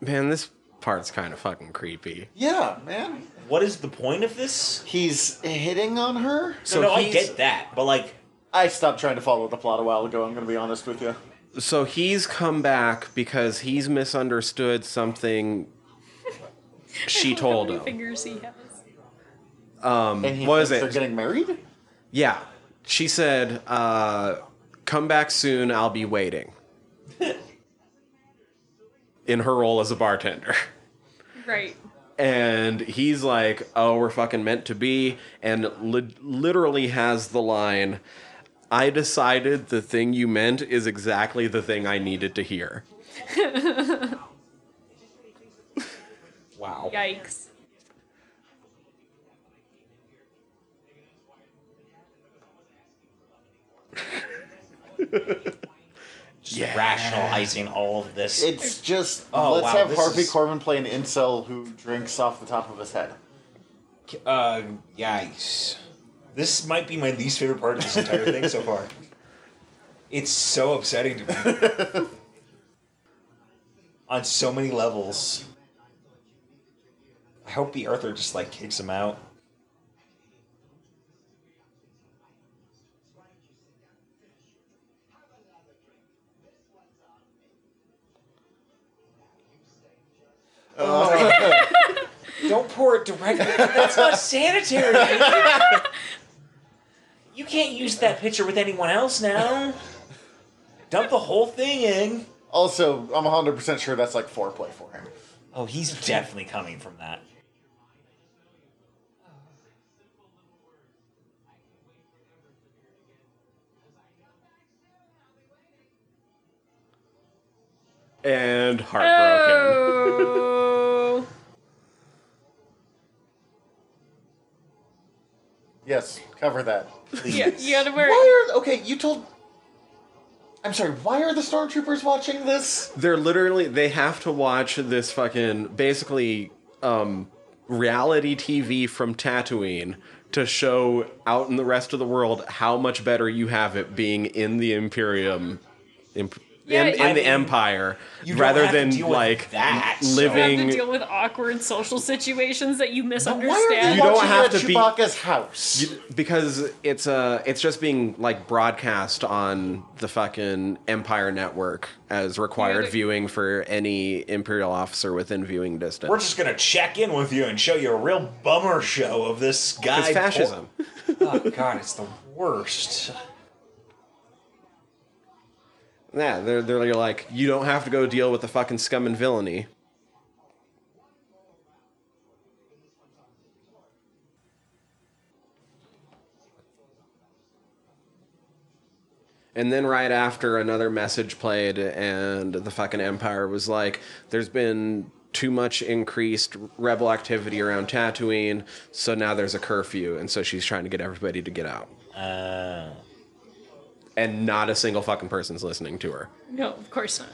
C: Man, this part's kind of fucking creepy.
B: yeah, man.
D: what is the point of this
B: He's hitting on her.
D: so no, I
C: he's-
D: get that but like
B: I stopped trying to follow the plot a while ago. I'm going to be honest with you.
C: So he's come back because he's misunderstood something she told
E: How many
C: him.
E: fingers he has.
D: Mm.
B: And he
C: What is
B: thinks
C: it?
B: They're getting married.
C: Yeah. She said, uh, come back soon, I'll be waiting. In her role as a bartender.
E: Right.
C: And he's like, oh, we're fucking meant to be. And li- literally has the line, I decided the thing you meant is exactly the thing I needed to hear.
D: wow
E: Yikes.
D: just rationalizing all of this
B: It's just
D: Oh,
B: let's
D: wow,
B: have
D: this
B: Harvey
D: is-
B: Korman play an incel who drinks off the top of his head.
D: Uh, yikes. This might be my least favorite part of this entire thing so far. It's so upsetting to me. On so many levels. I hope the Arthur just like kicks him out. Don't pour it directly. That's not sanitary. you can't use that pitcher with anyone else now. Dump the whole thing in.
B: Also, I'm 100% sure that's like foreplay for him.
D: Oh, he's definitely coming from that.
C: And heartbroken.
E: Oh.
B: Yes, cover that.
E: yeah, you gotta wear it.
B: Why are okay? You told. I'm sorry. Why are the stormtroopers watching this?
C: They're literally, they have to watch this fucking, basically, um, reality TV from Tatooine to show out in the rest of the world how much better you have it being in the Imperium. Imp-
E: Yeah,
C: in, in
E: I
C: the
D: mean,
C: Empire,
D: you don't
C: rather
D: have to
C: than
D: deal with
C: like
D: that, so-
E: You have to
C: living
E: deal with awkward social situations that you
B: Why are they
E: misunderstand.
C: You don't
B: watching it
C: have
B: at
C: to be-
B: Chewbacca's house?
C: because it's uh it's just being like broadcast on the fucking Empire network as required
E: Yeah, they-
C: viewing for any imperial officer within viewing distance.
D: We're just gonna check in with you and show you a real bummer show of this guy.
C: it's fascism.
D: oh God, it's the worst.
C: yeah, they're they're like you don't have to go deal with the fucking scum and villainy. And then right after another message played and the fucking empire was like there's been too much increased rebel activity around Tatooine, so now there's a curfew and so she's trying to get everybody to get out.
D: Uh,
C: And not a single fucking person's listening to her.
E: no, of course not.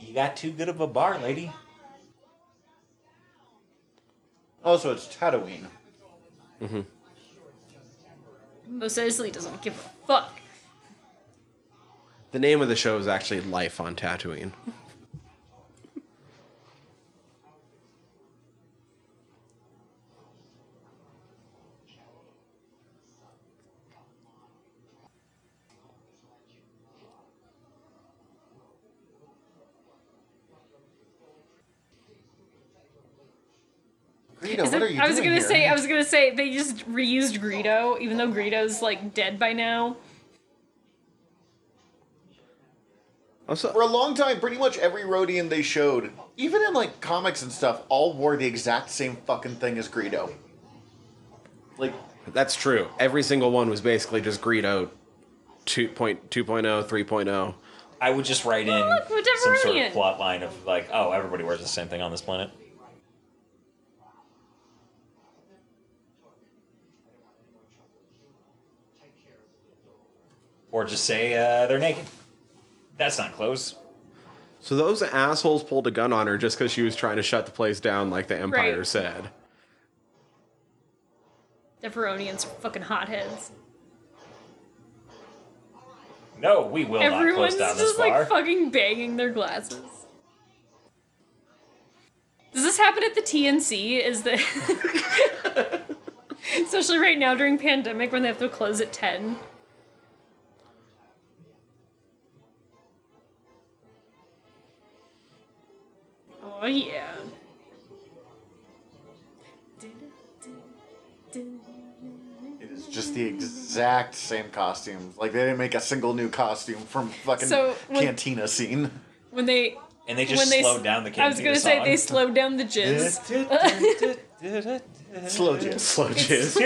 D: you got too good of a bar, lady.
B: Also, it's Tatooine.
E: Mos Eisley doesn't give a fuck.
C: The name of the show is actually Life on Tatooine.
B: Greedo,
E: Is
B: what
E: it-
B: are you
E: I was
B: doing
E: gonna
B: here?
E: say, uh, I was gonna say they just reused Greedo, even though Greedo's like dead by now.
C: I'm so-
B: For a long time, pretty much every Rodian they showed, even in like comics and stuff, all wore the exact same fucking thing as Greedo. Like,
C: That's true. Every single one was basically just Greedo 2.0, oh, 3.0.
D: I would just write in
E: look, we're
D: some sort
E: different.
D: of plot line of like, oh, everybody wears the same thing on this planet. Or just say uh, they're naked. That's not close.
C: So those assholes pulled a gun on her just because she was trying to shut the place down, like the Empire
E: Right.
C: said.
E: The Veronians are fucking hotheads.
D: No, we will not
E: Everyone's
D: close down this
E: just
D: bar.
E: like fucking banging their glasses. Does this happen at the TNC? Is the especially right now during pandemic when they have to close at ten? Oh yeah.
B: it is just the exact same costumes. Like, they didn't make a single new costume from fucking
E: So, when-
B: Cantina scene.
E: When they
D: and they just
E: when they
D: slowed
E: s-
D: down the
E: I was
D: Cantina
E: gonna say they
D: song.
E: slowed down the jizz.
B: Slow jizz.
C: Slow jizz.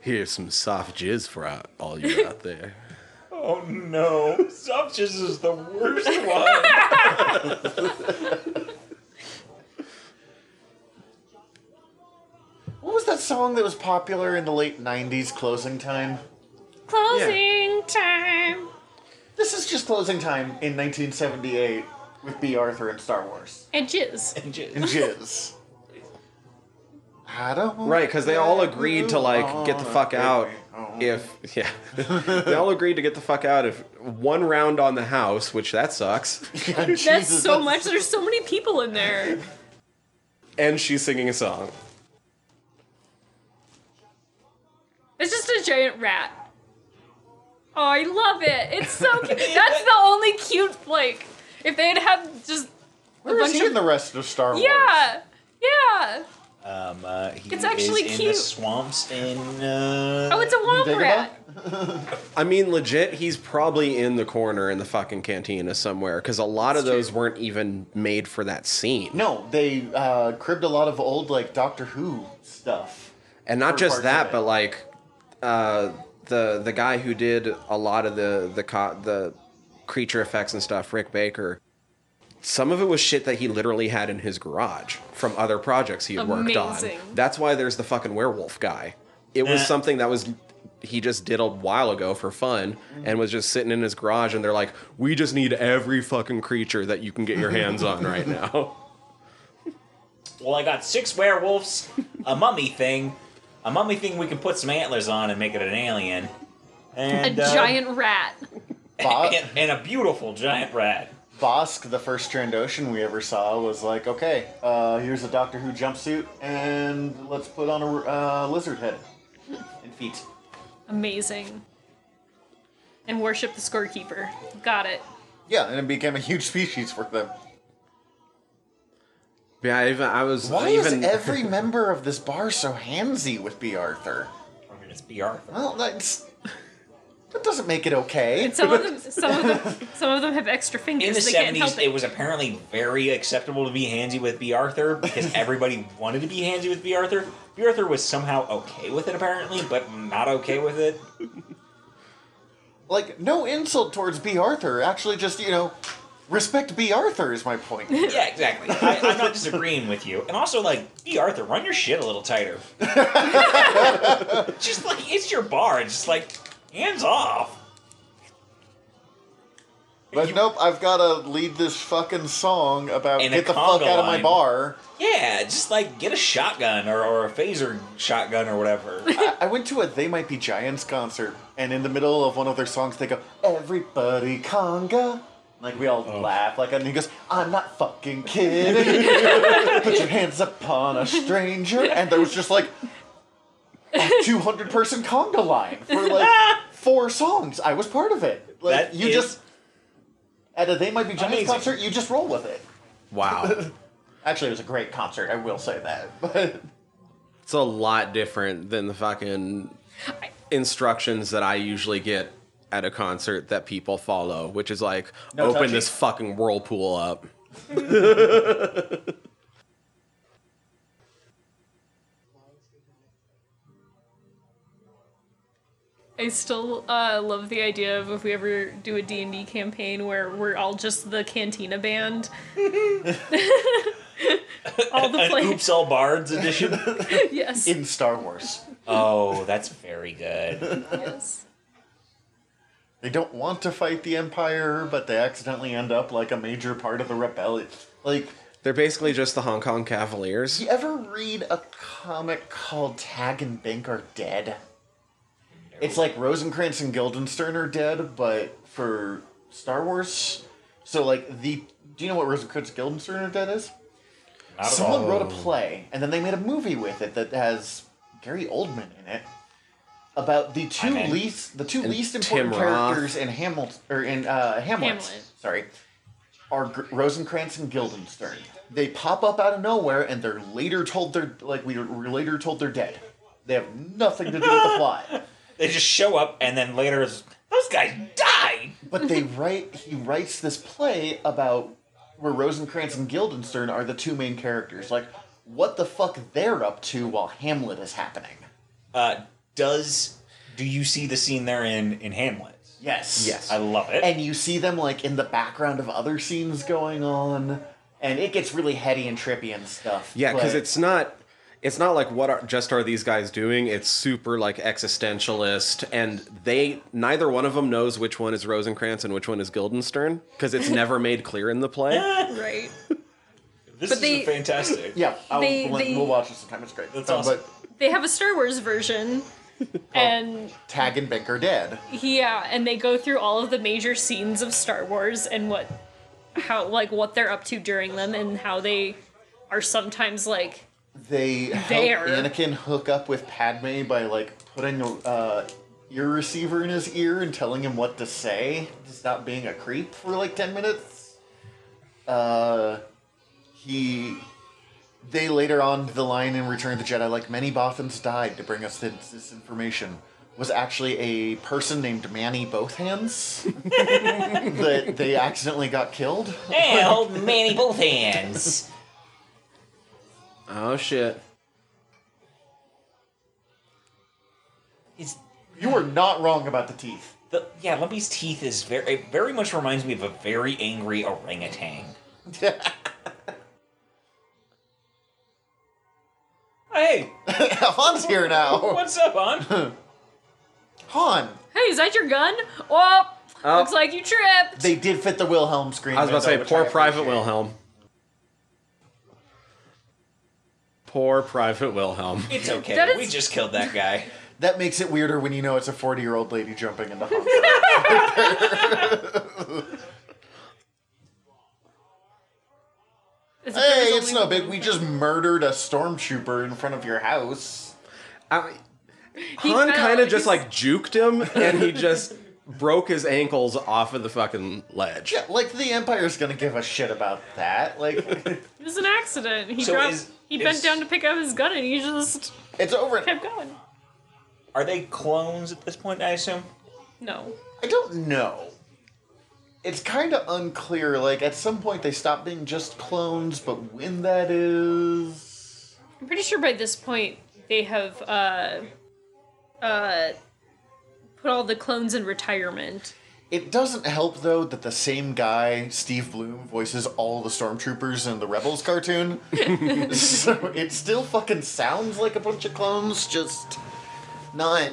C: Here's some soft jizz for out- all you out there.
D: Oh no, soft jizz is the worst one.
B: What was that song that was popular in the late 90s, Closing Time?
E: Closing time.
B: This is just Closing Time in 1978 with B. Arthur and Star Wars.
E: And jizz.
B: And jizz. I don't want
C: Right, because they all agreed to like
B: you
C: get the
B: on,
C: fuck out
B: baby. Oh.
C: if yeah, they all agreed to get the fuck out if one round on the house, which that sucks.
B: Yeah,
E: That's
B: Jesus,
E: so much. There's so many people in there.
C: And she's singing a song.
E: It's just a giant rat. Oh, I love it. It's so cute. That's the only cute like. If they'd have just
B: Where
E: a
B: is
E: bunch
B: he
E: of
B: in the rest of Star Wars?
E: yeah, yeah.
D: Um, uh, he
E: It's actually
D: is in the
E: cute.
D: swamps in. Uh,
E: Oh, it's a womp
B: Dagobah?
E: rat.
C: I mean, legit, he's probably in the corner in the fucking cantina somewhere because a lot of those weren't even made for that scene.
B: No, they uh, cribbed a lot of old like Doctor Who stuff.
C: and not
B: for
C: just
B: parts of
C: that,
B: it.
C: but like uh, the the guy who did a lot of the the co- the creature effects and stuff, Rick Baker. Some of it was shit that he literally had in his garage from other projects he had worked
E: Amazing.
C: on. That's why there's the fucking werewolf guy. It was
D: Nah.
C: something that was he just did a while ago for fun and was just sitting in his garage and they're like, "We just need every fucking creature that you can get your hands on right now."
D: well, I got six werewolves, a mummy thing, a mummy thing we can put some antlers on and make it an alien,
E: A
D: and uh,
E: giant rat.
B: Bo-
D: and, and a beautiful giant rat.
B: Bosk, the first Trandoshan we ever saw, was like, okay, uh, here's a Doctor Who jumpsuit, and let's put on a uh, lizard head and feet.
E: Amazing. And worship the scorekeeper. Got it.
B: Yeah, and it became a huge species for them.
C: yeah, I even I was
B: Why
C: I
B: is
C: even
B: every member of this bar so handsy with B. Arthur?
D: I mean, it's B. Arthur.
B: Well, that's that doesn't make it okay.
E: And some of them, some of them, some of them have extra fingers.
D: In the
E: they can't
D: seventies,
E: help
D: it was apparently very acceptable to be handsy with B. Arthur because everybody wanted to be handsy with B. Arthur. B. Arthur was somehow okay with it, apparently, but not okay with it.
B: like no insult towards B. Arthur. Actually, just you know, respect B. Arthur is my point. here.
D: Yeah, exactly. I, I'm not disagreeing with you. And also, like, B. Arthur, run your shit a little tighter. just like, it's your bar. It's Just like, hands off.
B: but nope, I've got to lead this fucking song about
D: And
B: get
D: a
B: the fuck
D: conga
B: out of my
D: line.
B: bar.
D: Yeah, just like, get a shotgun or, or a phaser shotgun or whatever.
B: I, I went to a They Might Be Giants concert, and in the middle of one of their songs, they go, "Everybody conga." Like we
D: Oh.
B: all laugh, like and he goes, "I'm not fucking kidding." Put your hands upon a stranger, and there was just like a 200 person conga line for like four songs. I was part of it. Like
D: That
B: you
D: is-
B: just at a They Might Be Giants
D: Amazing.
B: concert, you just roll with it.
C: wow.
B: Actually, it was a great concert. I will say that, but
C: It's a lot different than the fucking instructions that I usually get at a concert that people follow, which is like,
D: No
C: open
D: touchy.
C: this fucking whirlpool up.
E: I still uh, love the idea of if we ever do a D&D campaign where we're all just the Cantina band. all the
D: An
E: players.
D: Oops All Bards edition.
E: Yes.
B: in Star Wars.
D: oh, that's very good.
E: yes.
B: They don't want to fight the Empire, but they accidentally end up like a major part of the rebellion. Like,
C: They're basically just the Hong Kong Cavaliers.
B: do you ever read a comic called Tag and Bink Are Dead? It's like Rosencrantz and Guildenstern are dead, but for Star Wars. So, like, the. Do you know what Rosencrantz and Guildenstern are dead is?
D: Not at all.
B: Someone wrote a play, and then they made a movie with it that has Gary Oldman in it about the two
D: I'm in.
B: least the two least
C: Tim
B: important
C: Roth.
B: characters in Hamilton or in uh, Hamlet.
E: Hamlet.
B: Sorry, are Gr- Rosencrantz and Guildenstern. They pop up out of nowhere, and they're later told they're like we were later told they're dead. They have nothing to do with the plot,
D: They just show up and then later is those guys died.
B: but they write. He writes this play about where Rosencrantz and Guildenstern are the two main characters. Like, what the fuck they're up to while Hamlet is happening.
D: Uh, does do you see the scene they're in in Hamlet?
B: Yes.
C: Yes.
D: I love it.
B: And you see them like in the background of other scenes going on, and it gets really heady and trippy and stuff.
C: Yeah, because
B: but-
C: it's not it's not like what are, just are these guys doing? It's super like existentialist, and they neither one of them knows which one is Rosencrantz and which one is Guildenstern because it's never made clear in the play.
E: Right.
D: this
E: but
D: is
E: they-
D: fantastic.
B: yeah. I'll,
E: They-
B: we'll,
E: they-
B: we'll watch it sometime. It's great.
D: That's awesome.
B: But
E: They have a Star Wars version.
B: Oh.
E: and
B: Tag and Bink are dead.
E: yeah, and they go through all of the major scenes of Star Wars and what how like what they're up to during them and how they are sometimes like
B: They help
E: There.
B: Anakin hook up with Padme by like putting a uh, ear receiver in his ear and telling him what to say to stop being a creep for like ten minutes. Uh, he. They later on the line in Return of the Jedi, like many Bothans died to bring us this, this information, was actually a person named Manny Both Hands that they accidentally got killed.
D: Hey, old Manny both hands.
C: Oh shit!
D: Is
B: You were not wrong about the teeth.
D: the yeah, Lumpy's teeth is very it very much reminds me of a very angry orangutan. Hey,
B: Han's here now.
D: what's up, hon?
B: Han.
E: Hey, is that your gun? Oh,
C: Oh.
E: looks like you tripped.
B: They did fit the Wilhelm scream.
C: I was about to
B: though,
C: say,
B: which
C: poor
B: I
C: Private
B: appreciate.
C: Wilhelm. Poor Private Wilhelm.
D: It's okay.
E: That is-
D: We just killed that guy.
B: That makes it weirder when you know it's a forty-year-old lady jumping into Hong
E: As if there was
B: hey,
E: only
B: it's no
E: one
B: big.
E: gun.
B: We just murdered a stormtrooper in front of your house.
C: I,
E: He
C: Han
E: fell,
C: kind of just
E: he's-
C: like juked him, and he just broke his ankles off of the fucking ledge.
B: Yeah, like the Empire's gonna give a shit about that. Like,
E: It was an accident. He
D: So
E: dropped.
D: is-
E: he
D: is-
E: bent down to pick up his gun, and he just
B: it's over.
E: kept going.
D: Are they clones at this point? I assume.
E: No.
B: I don't know. It's kind of unclear. Like, at some point they stop being just clones, but when that is,
E: I'm pretty sure by this point they have uh uh put all the clones in retirement.
B: it doesn't help though that the same guy, Steve Bloom, voices all the stormtroopers in the Rebels cartoon. so it still fucking sounds like a bunch of clones, just not.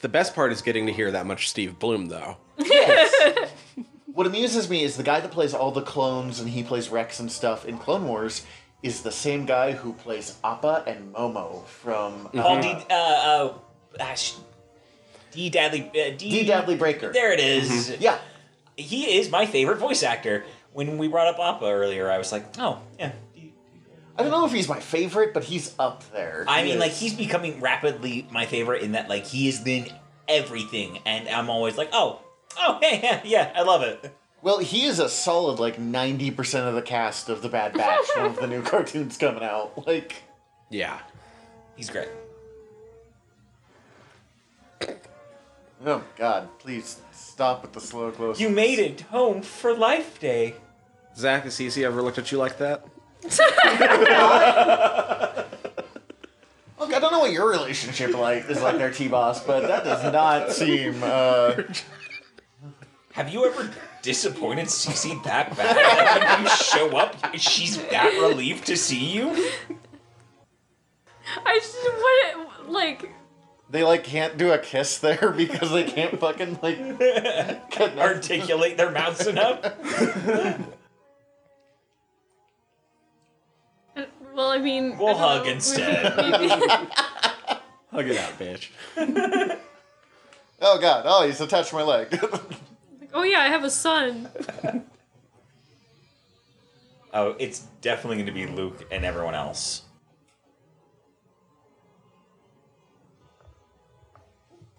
C: The best part is getting to hear that much Steve Bloom, though.
B: Yes. what amuses me is the guy that plays all the clones and he plays Rex and stuff in Clone Wars is the same guy who plays Appa and Momo from uh,
D: Paul D. Uh, uh, gosh, D. Dadley. Uh, D.
B: D. mm-hmm. Dadley Breaker.
D: There it is.
B: Yeah.
D: He is my favorite voice actor. When we brought up Appa earlier, I was like, oh, yeah.
B: I don't know if he's my favorite, but he's up there.
D: I
B: He
D: mean, like,
B: is-
D: he's becoming rapidly my favorite in that, like, he is in everything. And I'm always like, oh, oh, yeah, yeah, yeah, I love it.
B: Well, he is a solid like ninety percent of the cast of the Bad Batch one of the new cartoons coming out. Like
C: Yeah.
D: He's great.
B: Oh God! Please stop with the slow close.
D: You made it home for Life Day.
C: Zach, has Cece ever looked at you like that?
B: Look, I don't know what your relationship like is like there, T Boss, but that does not seem. Uh,
D: Have you ever disappointed Cece that bad? Like, when you show up, she's that relieved to see you?
E: I just what like
B: they like can't do a kiss there because they can't fucking like. connect.
D: Articulate their mouths enough?
E: well, I mean,
D: We'll
E: I don't know,
D: hug instead.
E: maybe- maybe-
C: Hug it out, bitch.
B: Oh God! Oh, he's attached to my leg.
E: oh yeah, I have a son.
D: Oh, it's definitely going to be Luke and everyone else.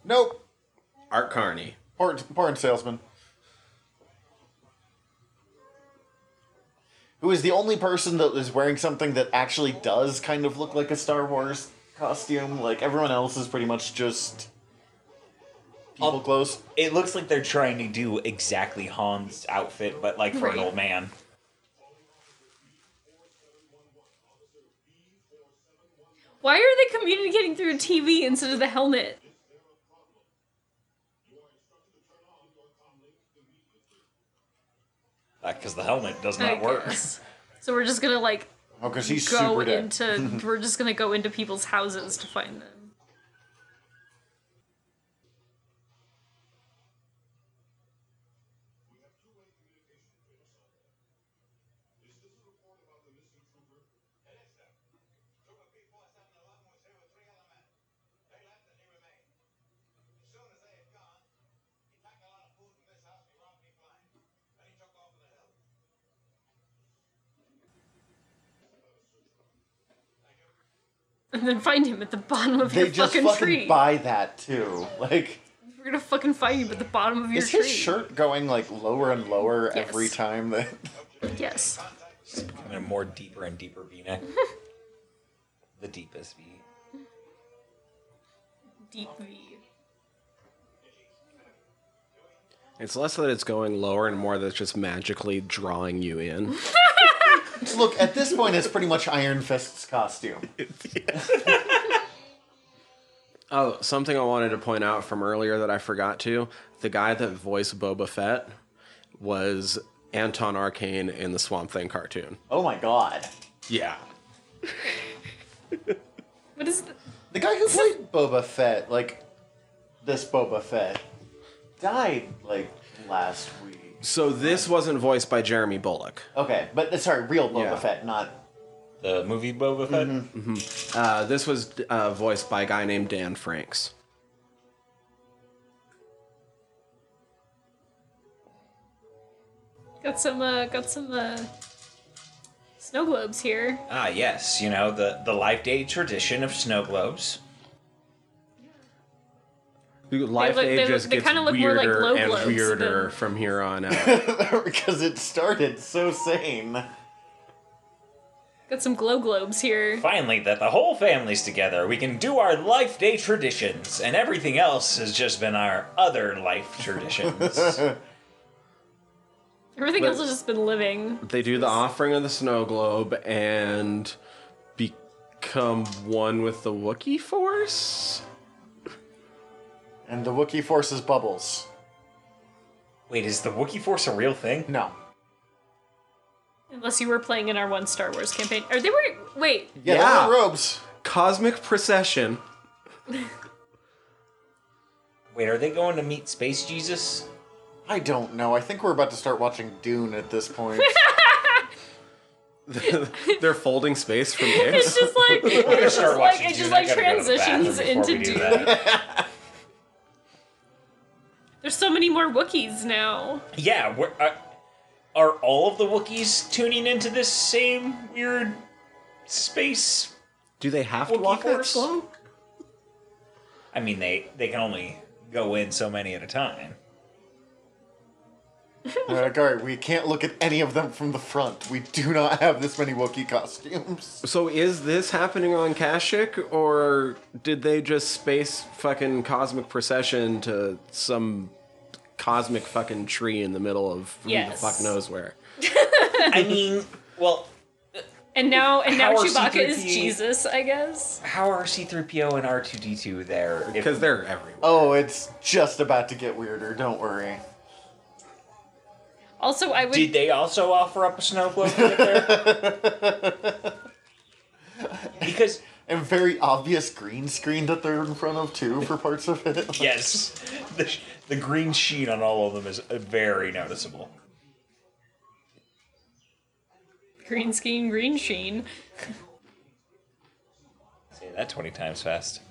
B: nope.
C: Art Carney.
B: Porn, porn salesman. Who is the only person that is wearing something that actually does kind of look like a Star Wars costume? Like everyone else is pretty much just people
D: Um,
B: clothes.
D: It looks like they're trying to do exactly Han's outfit, but like for
E: Right.
D: an old man.
E: Why are they communicating through a TV instead of the helmet?
D: Because uh, the helmet does
E: I
D: not work.
E: guess. So we're just gonna like
B: Oh, because he's
E: go
B: super dead.
E: into we're just gonna go into people's houses to find them. And then find him at the bottom of
B: they
E: your
B: just
E: fucking,
B: fucking,
E: tree.
B: buy that too. Like,
E: We're gonna fucking find him at the bottom of your
B: is
E: tree.
B: his shirt going like lower and lower
E: Yes.
B: every time that?
E: Yes.
D: Becoming a more deeper and deeper V neck. the deepest V.
E: Deep V.
C: It's less that it's going lower and more that it's just magically drawing you in.
B: Look, at this point, it's pretty much Iron Fist's costume.
C: Oh, something I wanted to point out from earlier that I forgot to. The guy that voiced Boba Fett was Anton Arcane in the Swamp Thing cartoon.
B: Oh my god!
C: Yeah.
E: What is the
B: The guy who played Boba Fett, like this Boba Fett, died like last week.
C: So this wasn't voiced by Jeremy Bullock.
B: Okay, but uh, sorry, real Boba
C: Yeah.
B: Fett, not.
D: The movie Boba Fett?
C: Uh, this was uh, voiced by a guy named Dan Franks.
E: got some uh got some uh snow globes here.
D: Ah, yes. You know, the, the Life Day tradition of snow globes.
C: Life
E: look-
C: Day
E: they-
C: just
E: they
C: gets
E: kinda look more
C: weirder
E: like low
C: and
E: globes
C: weirder
E: than-
C: from here on out.
B: because it started so sane.
E: Got some glow globes here.
D: Finally, that the whole family's together, we can do our Life Day traditions, and everything else has just been our other life traditions.
E: Everything
C: But-
E: else has just been living.
C: they do the offering of the snow globe and become one with the Wookiee Force.
B: And the Wookiee forces bubbles.
D: Wait, is the Wookiee Force a real thing?
B: No.
E: Unless you were playing in our one Star Wars campaign. Are they wearing wait,
B: Yeah, they're
C: Yeah.
B: all robes.
C: Cosmic procession.
D: Wait, are they going to meet Space Jesus?
B: I don't know. I think we're about to start watching Dune at this point.
C: They're folding space from
E: it's
C: Higgs.
E: just like
D: We're gonna
E: it's
D: start
E: just like
D: watching
E: it just
D: Dune.
E: like
D: I gotta go to the
E: transitions
D: bathroom before
E: into
D: we do
E: Dune.
D: that.
E: There's so many more Wookiees now.
D: Yeah, we're, are, are all of the Wookiees tuning into this same weird space?
C: Do they have to
D: Wookiee
C: walk that
D: Force?
C: slow?
D: I mean, they they can only go in so many at a time.
B: They're like, all right, we can't look at any of them from the front. We do not have this many Wookiee costumes.
C: So is this happening on Kashyyyk, or did they just space fucking cosmic procession to some cosmic fucking tree in the middle of who
E: Yes.
C: the fuck knows where?
D: I mean, well,
E: And now, and now
D: How are
E: Chewbacca is
D: C-3PO?
E: Jesus, I guess.
D: how are C-3PO and R2-D2 there? If-
C: Because they're everywhere.
B: Oh, it's just about to get weirder. Don't worry.
E: Also, I would.
D: did they also offer up a snow globe to get there? because
B: And very obvious green screen that they're in front of too for parts of it.
D: yes, the, the green sheen on all of them is uh, very noticeable.
E: green skin, green sheen.
D: Say that twenty times fast.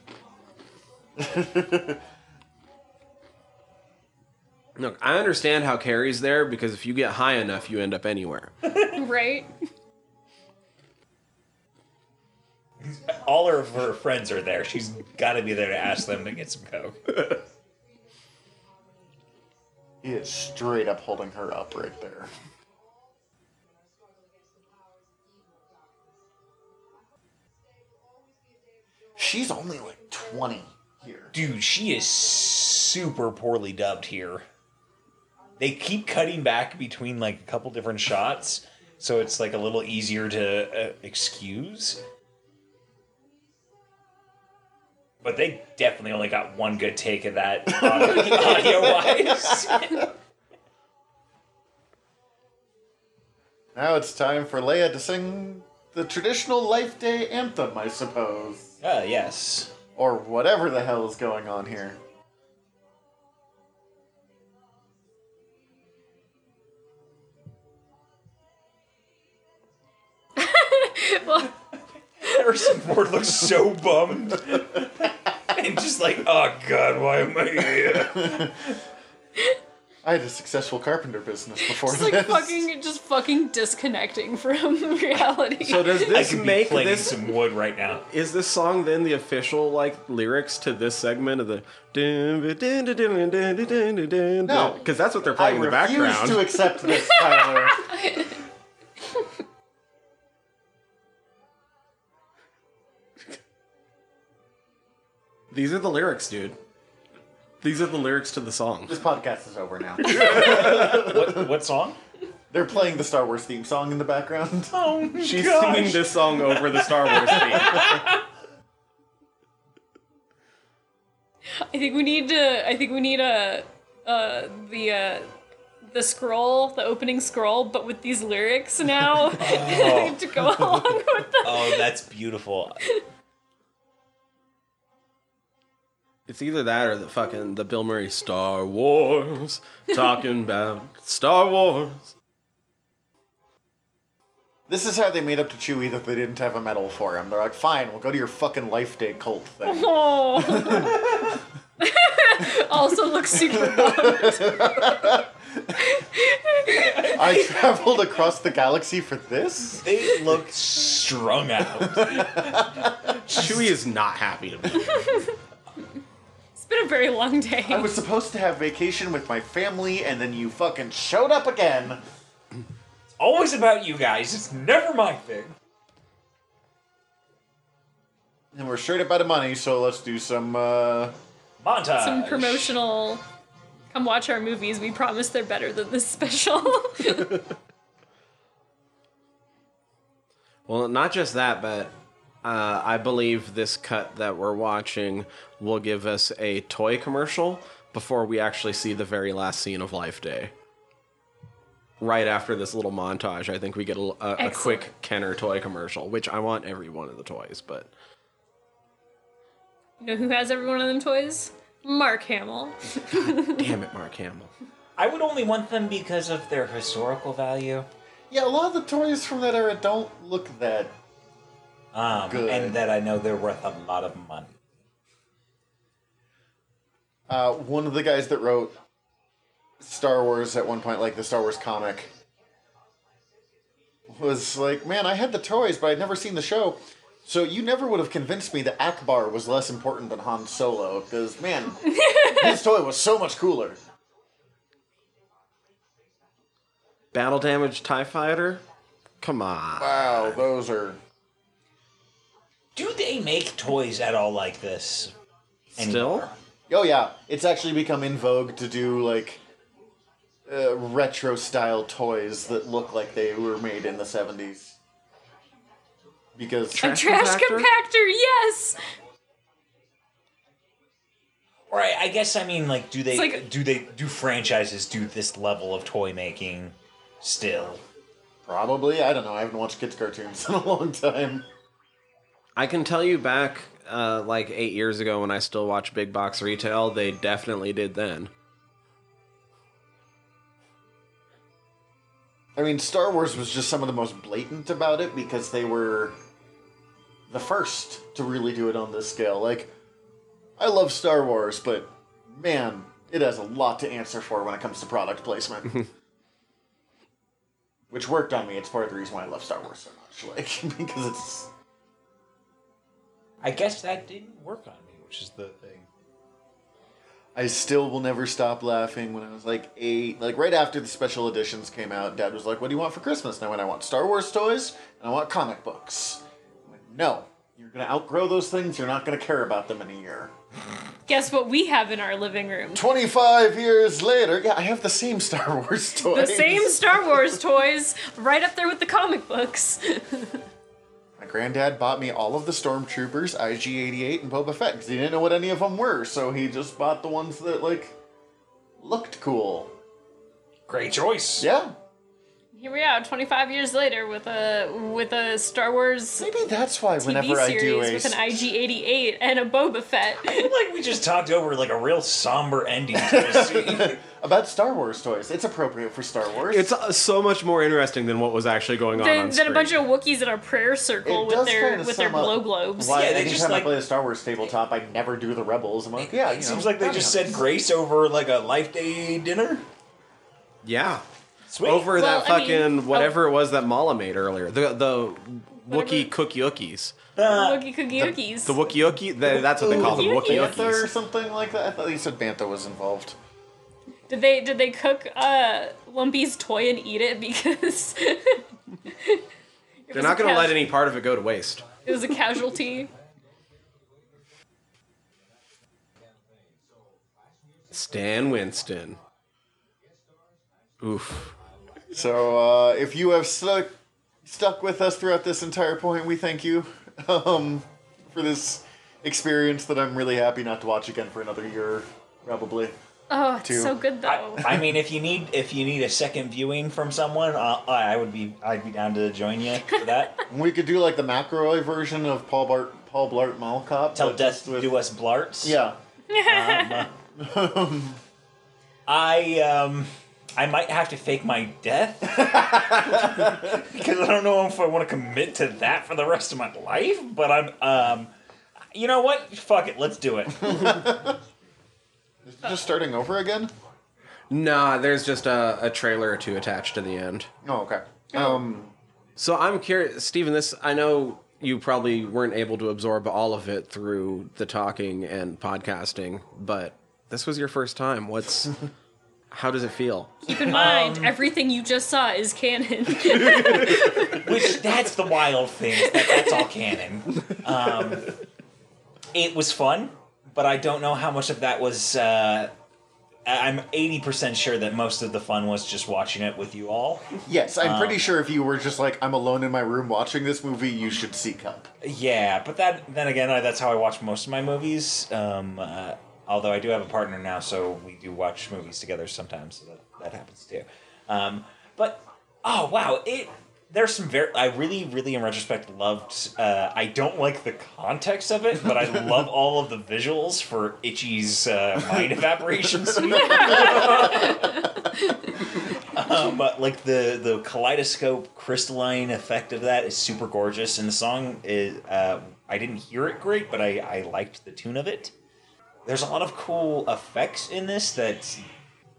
C: Look, I understand how Carrie's there because if you get high enough, you end up anywhere.
E: Right?
D: All her- of her friends are there. She's got to be there to ask them to get some coke.
B: He is straight up holding her up right there. She's only like 20 here.
D: Dude, she is super poorly dubbed here. They keep cutting back between like a couple different shots, so it's like a little easier to uh, excuse. But they definitely only got one good take of that audio wise.
B: Now it's time for Leia to sing the traditional Life Day anthem, I suppose.
D: Ah, yes.
B: Or whatever the hell is going on here.
E: well,
D: Harrison Ford looks so bummed. and just like, oh god, why am I here?
B: I had a successful carpenter business before
E: just
B: this.
E: like fucking, just fucking disconnecting from reality.
C: So does
D: I
C: this
D: could be
C: make
D: flinging
C: this
D: some wood right now.
C: Is this song then the official like lyrics to this segment of the? No,
B: No.
C: because that's what they're
B: I
C: playing in the
B: refuse
C: background.
B: to accept this, Tyler.
C: These are the lyrics, dude. These are the lyrics to the song.
B: this podcast is over now.
D: What, what song?
B: They're playing the Star Wars theme song in the background.
D: Oh,
C: She's singing this song over the Star Wars theme.
E: I think we need to. I think we need a, uh, the, uh, the scroll, the opening scroll, but with these lyrics now to go along with them.
D: Oh, that's beautiful.
C: It's either that or the fucking the Bill Murray Star Wars talking about Star Wars.
B: This is how they made up to Chewie that they didn't have a medal for him. They're like, fine, we'll go to your fucking Life Day cult thing.
E: Oh. also looks super bummed.
B: I traveled across the galaxy for this?
D: They look strung out.
C: Chewie is not happy to be.
E: It's been a very long day.
B: I was supposed to have vacation with my family, and then you fucking showed up again.
D: Always about you guys. It's never my thing.
B: And we're straight up out of money, so let's do some, uh.
D: Montage.
E: Some promotional. Come watch our movies. We promise they're better than this special.
C: Well, not just that, but uh, I believe this cut that we're watching will give us a toy commercial before we actually see the very last scene of Life Day. Right after this little montage, I think we get a, a- a
E: Excellent.
C: quick Kenner toy commercial, which I want every one of the toys, but
E: you know who has every one of them toys? Mark Hamill.
C: damn it, Mark Hamill.
D: I would only want them because of their historical value.
B: Yeah, a lot of the toys from that era don't look that.
D: Um,
B: Good.
D: and that I know they're worth a lot of money.
B: Uh, one of the guys that wrote Star Wars at one point, like the Star Wars comic, was like, man, I had the toys, but I'd never seen the show. So you never would have convinced me that Akbar was less important than Han Solo, because, man, his toy was so much cooler.
C: Battle damage TIE fighter? Come on.
A: Wow, those are.
D: Do they make toys at all like this?
C: Still?
B: Oh yeah, it's actually become in vogue to do like uh, retro style toys that look like they were made in the seventies. Because
E: A trash compactor? yes.
D: Or I, I guess I mean like do they
E: It's like-
D: do they do franchises do this level of toy making still?
B: probably I don't know. I haven't watched kids cartoons in a long time.
C: I can tell you back uh, like eight years ago when I still watched big box retail, they definitely did then.
B: I mean, Star Wars was just some of the most blatant about it because they were the first to really do it on this scale. Like, I love Star Wars, but man, it has a lot to answer for when it comes to product placement. Which worked on me. It's part of the reason why I love Star Wars so much. Like, because it's.
D: I guess that didn't work on me, which is the thing.
B: I still will never stop laughing when I was like eight. Like, right after the special editions came out, Dad was like, What do you want for Christmas? And I went, I want Star Wars toys and I want comic books. I went, no, you're going to outgrow those things. You're not going to care about them in a year.
E: Guess what we have in our living room?
B: 25 years later, yeah, I have the same Star Wars
E: The
B: toys.
E: same Star Wars toys, right up there with the comic books.
B: My granddad bought me all of the Stormtroopers, IG 88, and Boba Fett because he didn't know what any of them were, so he just bought the ones that, like, looked cool.
D: Great choice.
B: Yeah,
E: Here we are, 25 years later, with a with a Star Wars
B: maybe that's why whenever
E: TV
B: I do
E: series
B: a
E: with an IG88 and a Boba Fett.
D: I feel like we just talked over like a real somber ending to a scene.
B: about Star Wars toys. It's appropriate for Star Wars.
C: It's uh, so much more interesting than what was actually going on.
E: Then,
C: on
E: then a
C: screen.
E: bunch of Wookiees in our prayer circle with their
B: kinda
E: with their
B: sum up
E: glow globes.
B: Why
D: Yeah, they
B: anytime
D: just,
B: I
D: like-
B: play the Star Wars tabletop, I never do the Rebels. I'm like, yeah, you
D: it seems
B: know,
D: like they just said grace over like a life day dinner.
C: yeah,
D: Sweet.
C: over
E: Well,
C: that
E: I
C: fucking
E: mean, oh.
C: whatever it was that Mala made earlier. The the Wookie
E: Whatever.
C: cookie ookies.
D: Uh,
E: Wookie cookie
C: The,
E: ookies.
C: the Wookie ookie. they- That's what they call them. Wookie
E: Ookies.
B: Bantha or
C: ookies.
B: something like that. I thought you said Bantha was involved.
E: Did they did they cook uh, Lumpy's toy and eat it because
C: They're not going to let any part of it go to waste.
E: It was a casualty.
C: Stan Winston. Oof.
B: So uh, if you have stuck stuck with us throughout this entire point, we thank you um, for this experience that I'm really happy not to watch again for another year, probably.
E: Oh, it's
B: Two.
E: so good though.
D: I, I mean, if you need if you need a second viewing from someone, uh, I I would be I'd be down to join you for that.
B: We could do like the McElroy version of Paul Bart Paul Blart Mall Cop.
D: Tell
B: but just
D: death do us blarts.
B: Yeah. uh-huh.
D: Um, I um I might have to fake my death because I don't know if I want to commit to that for the rest of my life. But I'm um, you know what? Fuck it, let's do it.
B: Just starting over again?
C: Nah, there's just a, a trailer or two attached to the end.
B: Oh, okay. Um,
C: So I'm curious, Stephen. This I know you probably weren't able to absorb all of it through the talking and podcasting, but this was your first time. What's how does it feel?
E: Keep in mind,
D: Um,
E: everything you just saw is canon.
D: Which that's the wild thing. is That that's all canon. Um, it was fun, but I don't know how much of that was. Uh, I- I'm 80% sure that most of the fun was just watching it with you all.
B: yes, I'm pretty sure if you were just like, I'm alone in my room watching this movie, you should seek help.
D: Yeah, but that then again, I, that's how I watch most of my movies. Um, uh, although I do have a partner now, so we do watch movies together sometimes. So that, that happens too. Um, but oh wow, it there's some very I really really in retrospect loved. Uh, I don't like the context of it, but I love all of the visuals for Itchy's uh, mind evaporation suite. Um, but like the the kaleidoscope crystalline effect of that is super gorgeous, and the song is uh, I didn't hear it great, but I I liked the tune of it. There's a lot of cool effects in this that,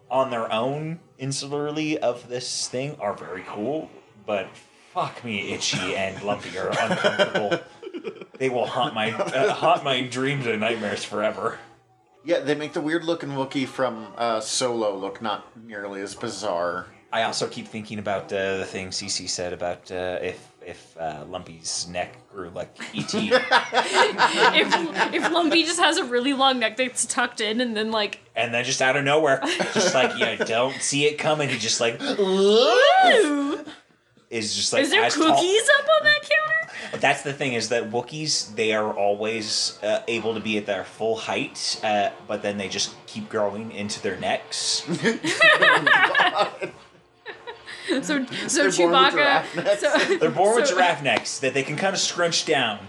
D: on their own, insularly of this thing, are very cool. But fuck me, itchy and lumpy are uncomfortable. they will haunt my uh, haunt my dreams and nightmares forever.
B: Yeah, they make the weird looking Wookiee from uh, Solo look not nearly as bizarre.
D: I also keep thinking about uh, the thing CC said about uh, if if uh, Lumpy's neck grew like E ET,
E: if if Lumpy just has a really long neck that's tucked in, and then like
D: and then just out of nowhere, just like you know, don't see it coming, he just like is just like
E: is there
D: as
E: cookies
D: tall-
E: up on that counter?
D: But that's the thing is that Wookiees they are always uh, able to be at their full height, uh, but then they just keep growing into their necks.
E: So so
B: They're born with giraffe
E: Chewbacca. So,
D: They're born with
E: So-
D: giraffe necks that they can kind of scrunch down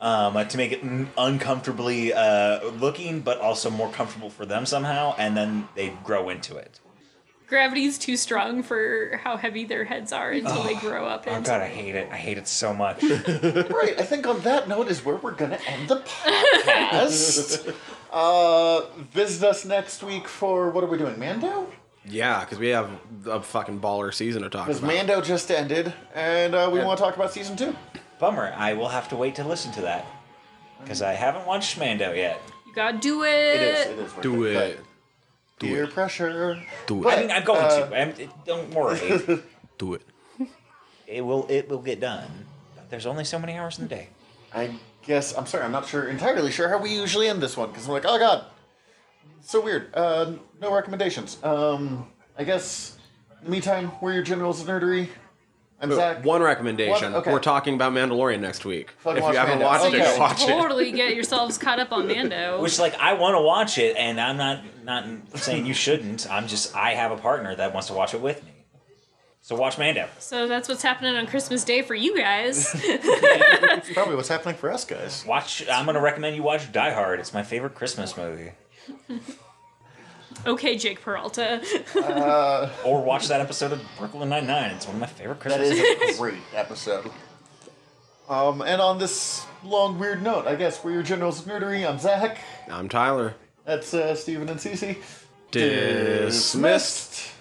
D: um, uh, to make it mm, uncomfortably uh, looking, but also more comfortable for them somehow, and then they grow into it.
E: gravity's too strong for how heavy their heads are until they grow up.
D: Oh
E: into
D: god, I hate it. I hate it so much.
B: Right, I think on that note is where we're gonna end the podcast. uh, visit us next week for what are we doing, Mando?
C: Yeah, because we have a fucking baller season to talk
B: Because
C: about.
B: Mando just ended, and uh, we want to talk about season two.
D: Bummer. I will have to wait to listen to that because I haven't watched Mando yet.
E: you gotta do it.
B: It is. It is. worth
C: Do
B: but
C: it. Do
B: Dear
C: it.
B: pressure.
C: Do it.
B: But,
D: I mean, I'm going
B: uh,
D: to. I'm, don't worry.
C: Do it.
D: it will it will get done. There's only so many hours in the day.
B: I guess I'm sorry. I'm not sure entirely sure how we usually end this one because I'm like, oh god, so weird. Uh, no recommendations. Um, I guess in the meantime, we're your generals of nerdery. I'm Zach.
C: One recommendation.
B: One- okay.
C: We're talking about Mandalorian next week.
B: Fucking
C: if
B: watch
C: you haven't
B: Mando.
C: watched
E: So
C: it,
E: you
B: Okay.
E: should
C: watch it.
E: totally get yourselves caught up on Mando.
D: Which like I want to watch it, and I'm not not saying you shouldn't. I'm just I have a partner that wants to watch it with me. So watch Mando.
E: so that's what's happening on Christmas Day for you guys.
B: That's probably what's happening for us guys.
D: Watch. I'm gonna recommend you watch Die Hard. It's my favorite Christmas movie.
E: okay, Jake Peralta.
D: Or watch that episode of Brooklyn Nine Nine. It's one of my favorite
B: That
D: Christmas.
B: is a great episode. Um, and on this long weird note, I guess we're your generals of nerdery. I'm Zach.
C: I'm Tyler.
B: That's uh, Steven and Cece.
C: Dismissed.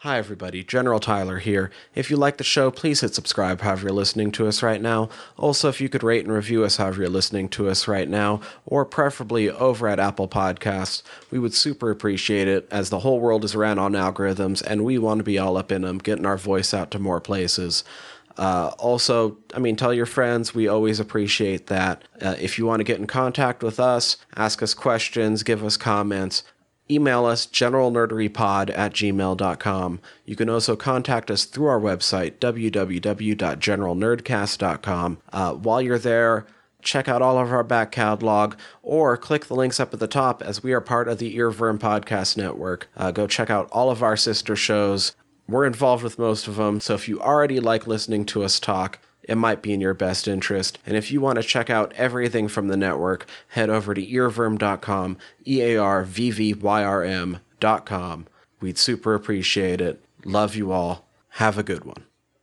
C: Hi, everybody. General Tyler here. If you like the show, please hit subscribe however you're listening to us right now. Also, if you could rate and review us however you're listening to us right now, or preferably over at Apple Podcasts, we would super appreciate it as the whole world is ran on algorithms and we want to be all up in them, getting our voice out to more places. Uh, also, I mean, tell your friends. We always appreciate that. Uh, if you want to get in contact with us, ask us questions, give us comments, email us generalnerderypod at gmail.com. You can also contact us through our website, www.generalnerdcast.com. Uh, while you're there, check out all of our back catalog or click the links up at the top as we are part of the Earworm Podcast Network. Uh, go check out all of our sister shows. We're involved with most of them, so if you already like listening to us talk, it might be in your best interest. And if you want to check out everything from the network, head over to earworm.com, E A R V V Y R M.com. We'd super appreciate it. Love you all. Have a good one.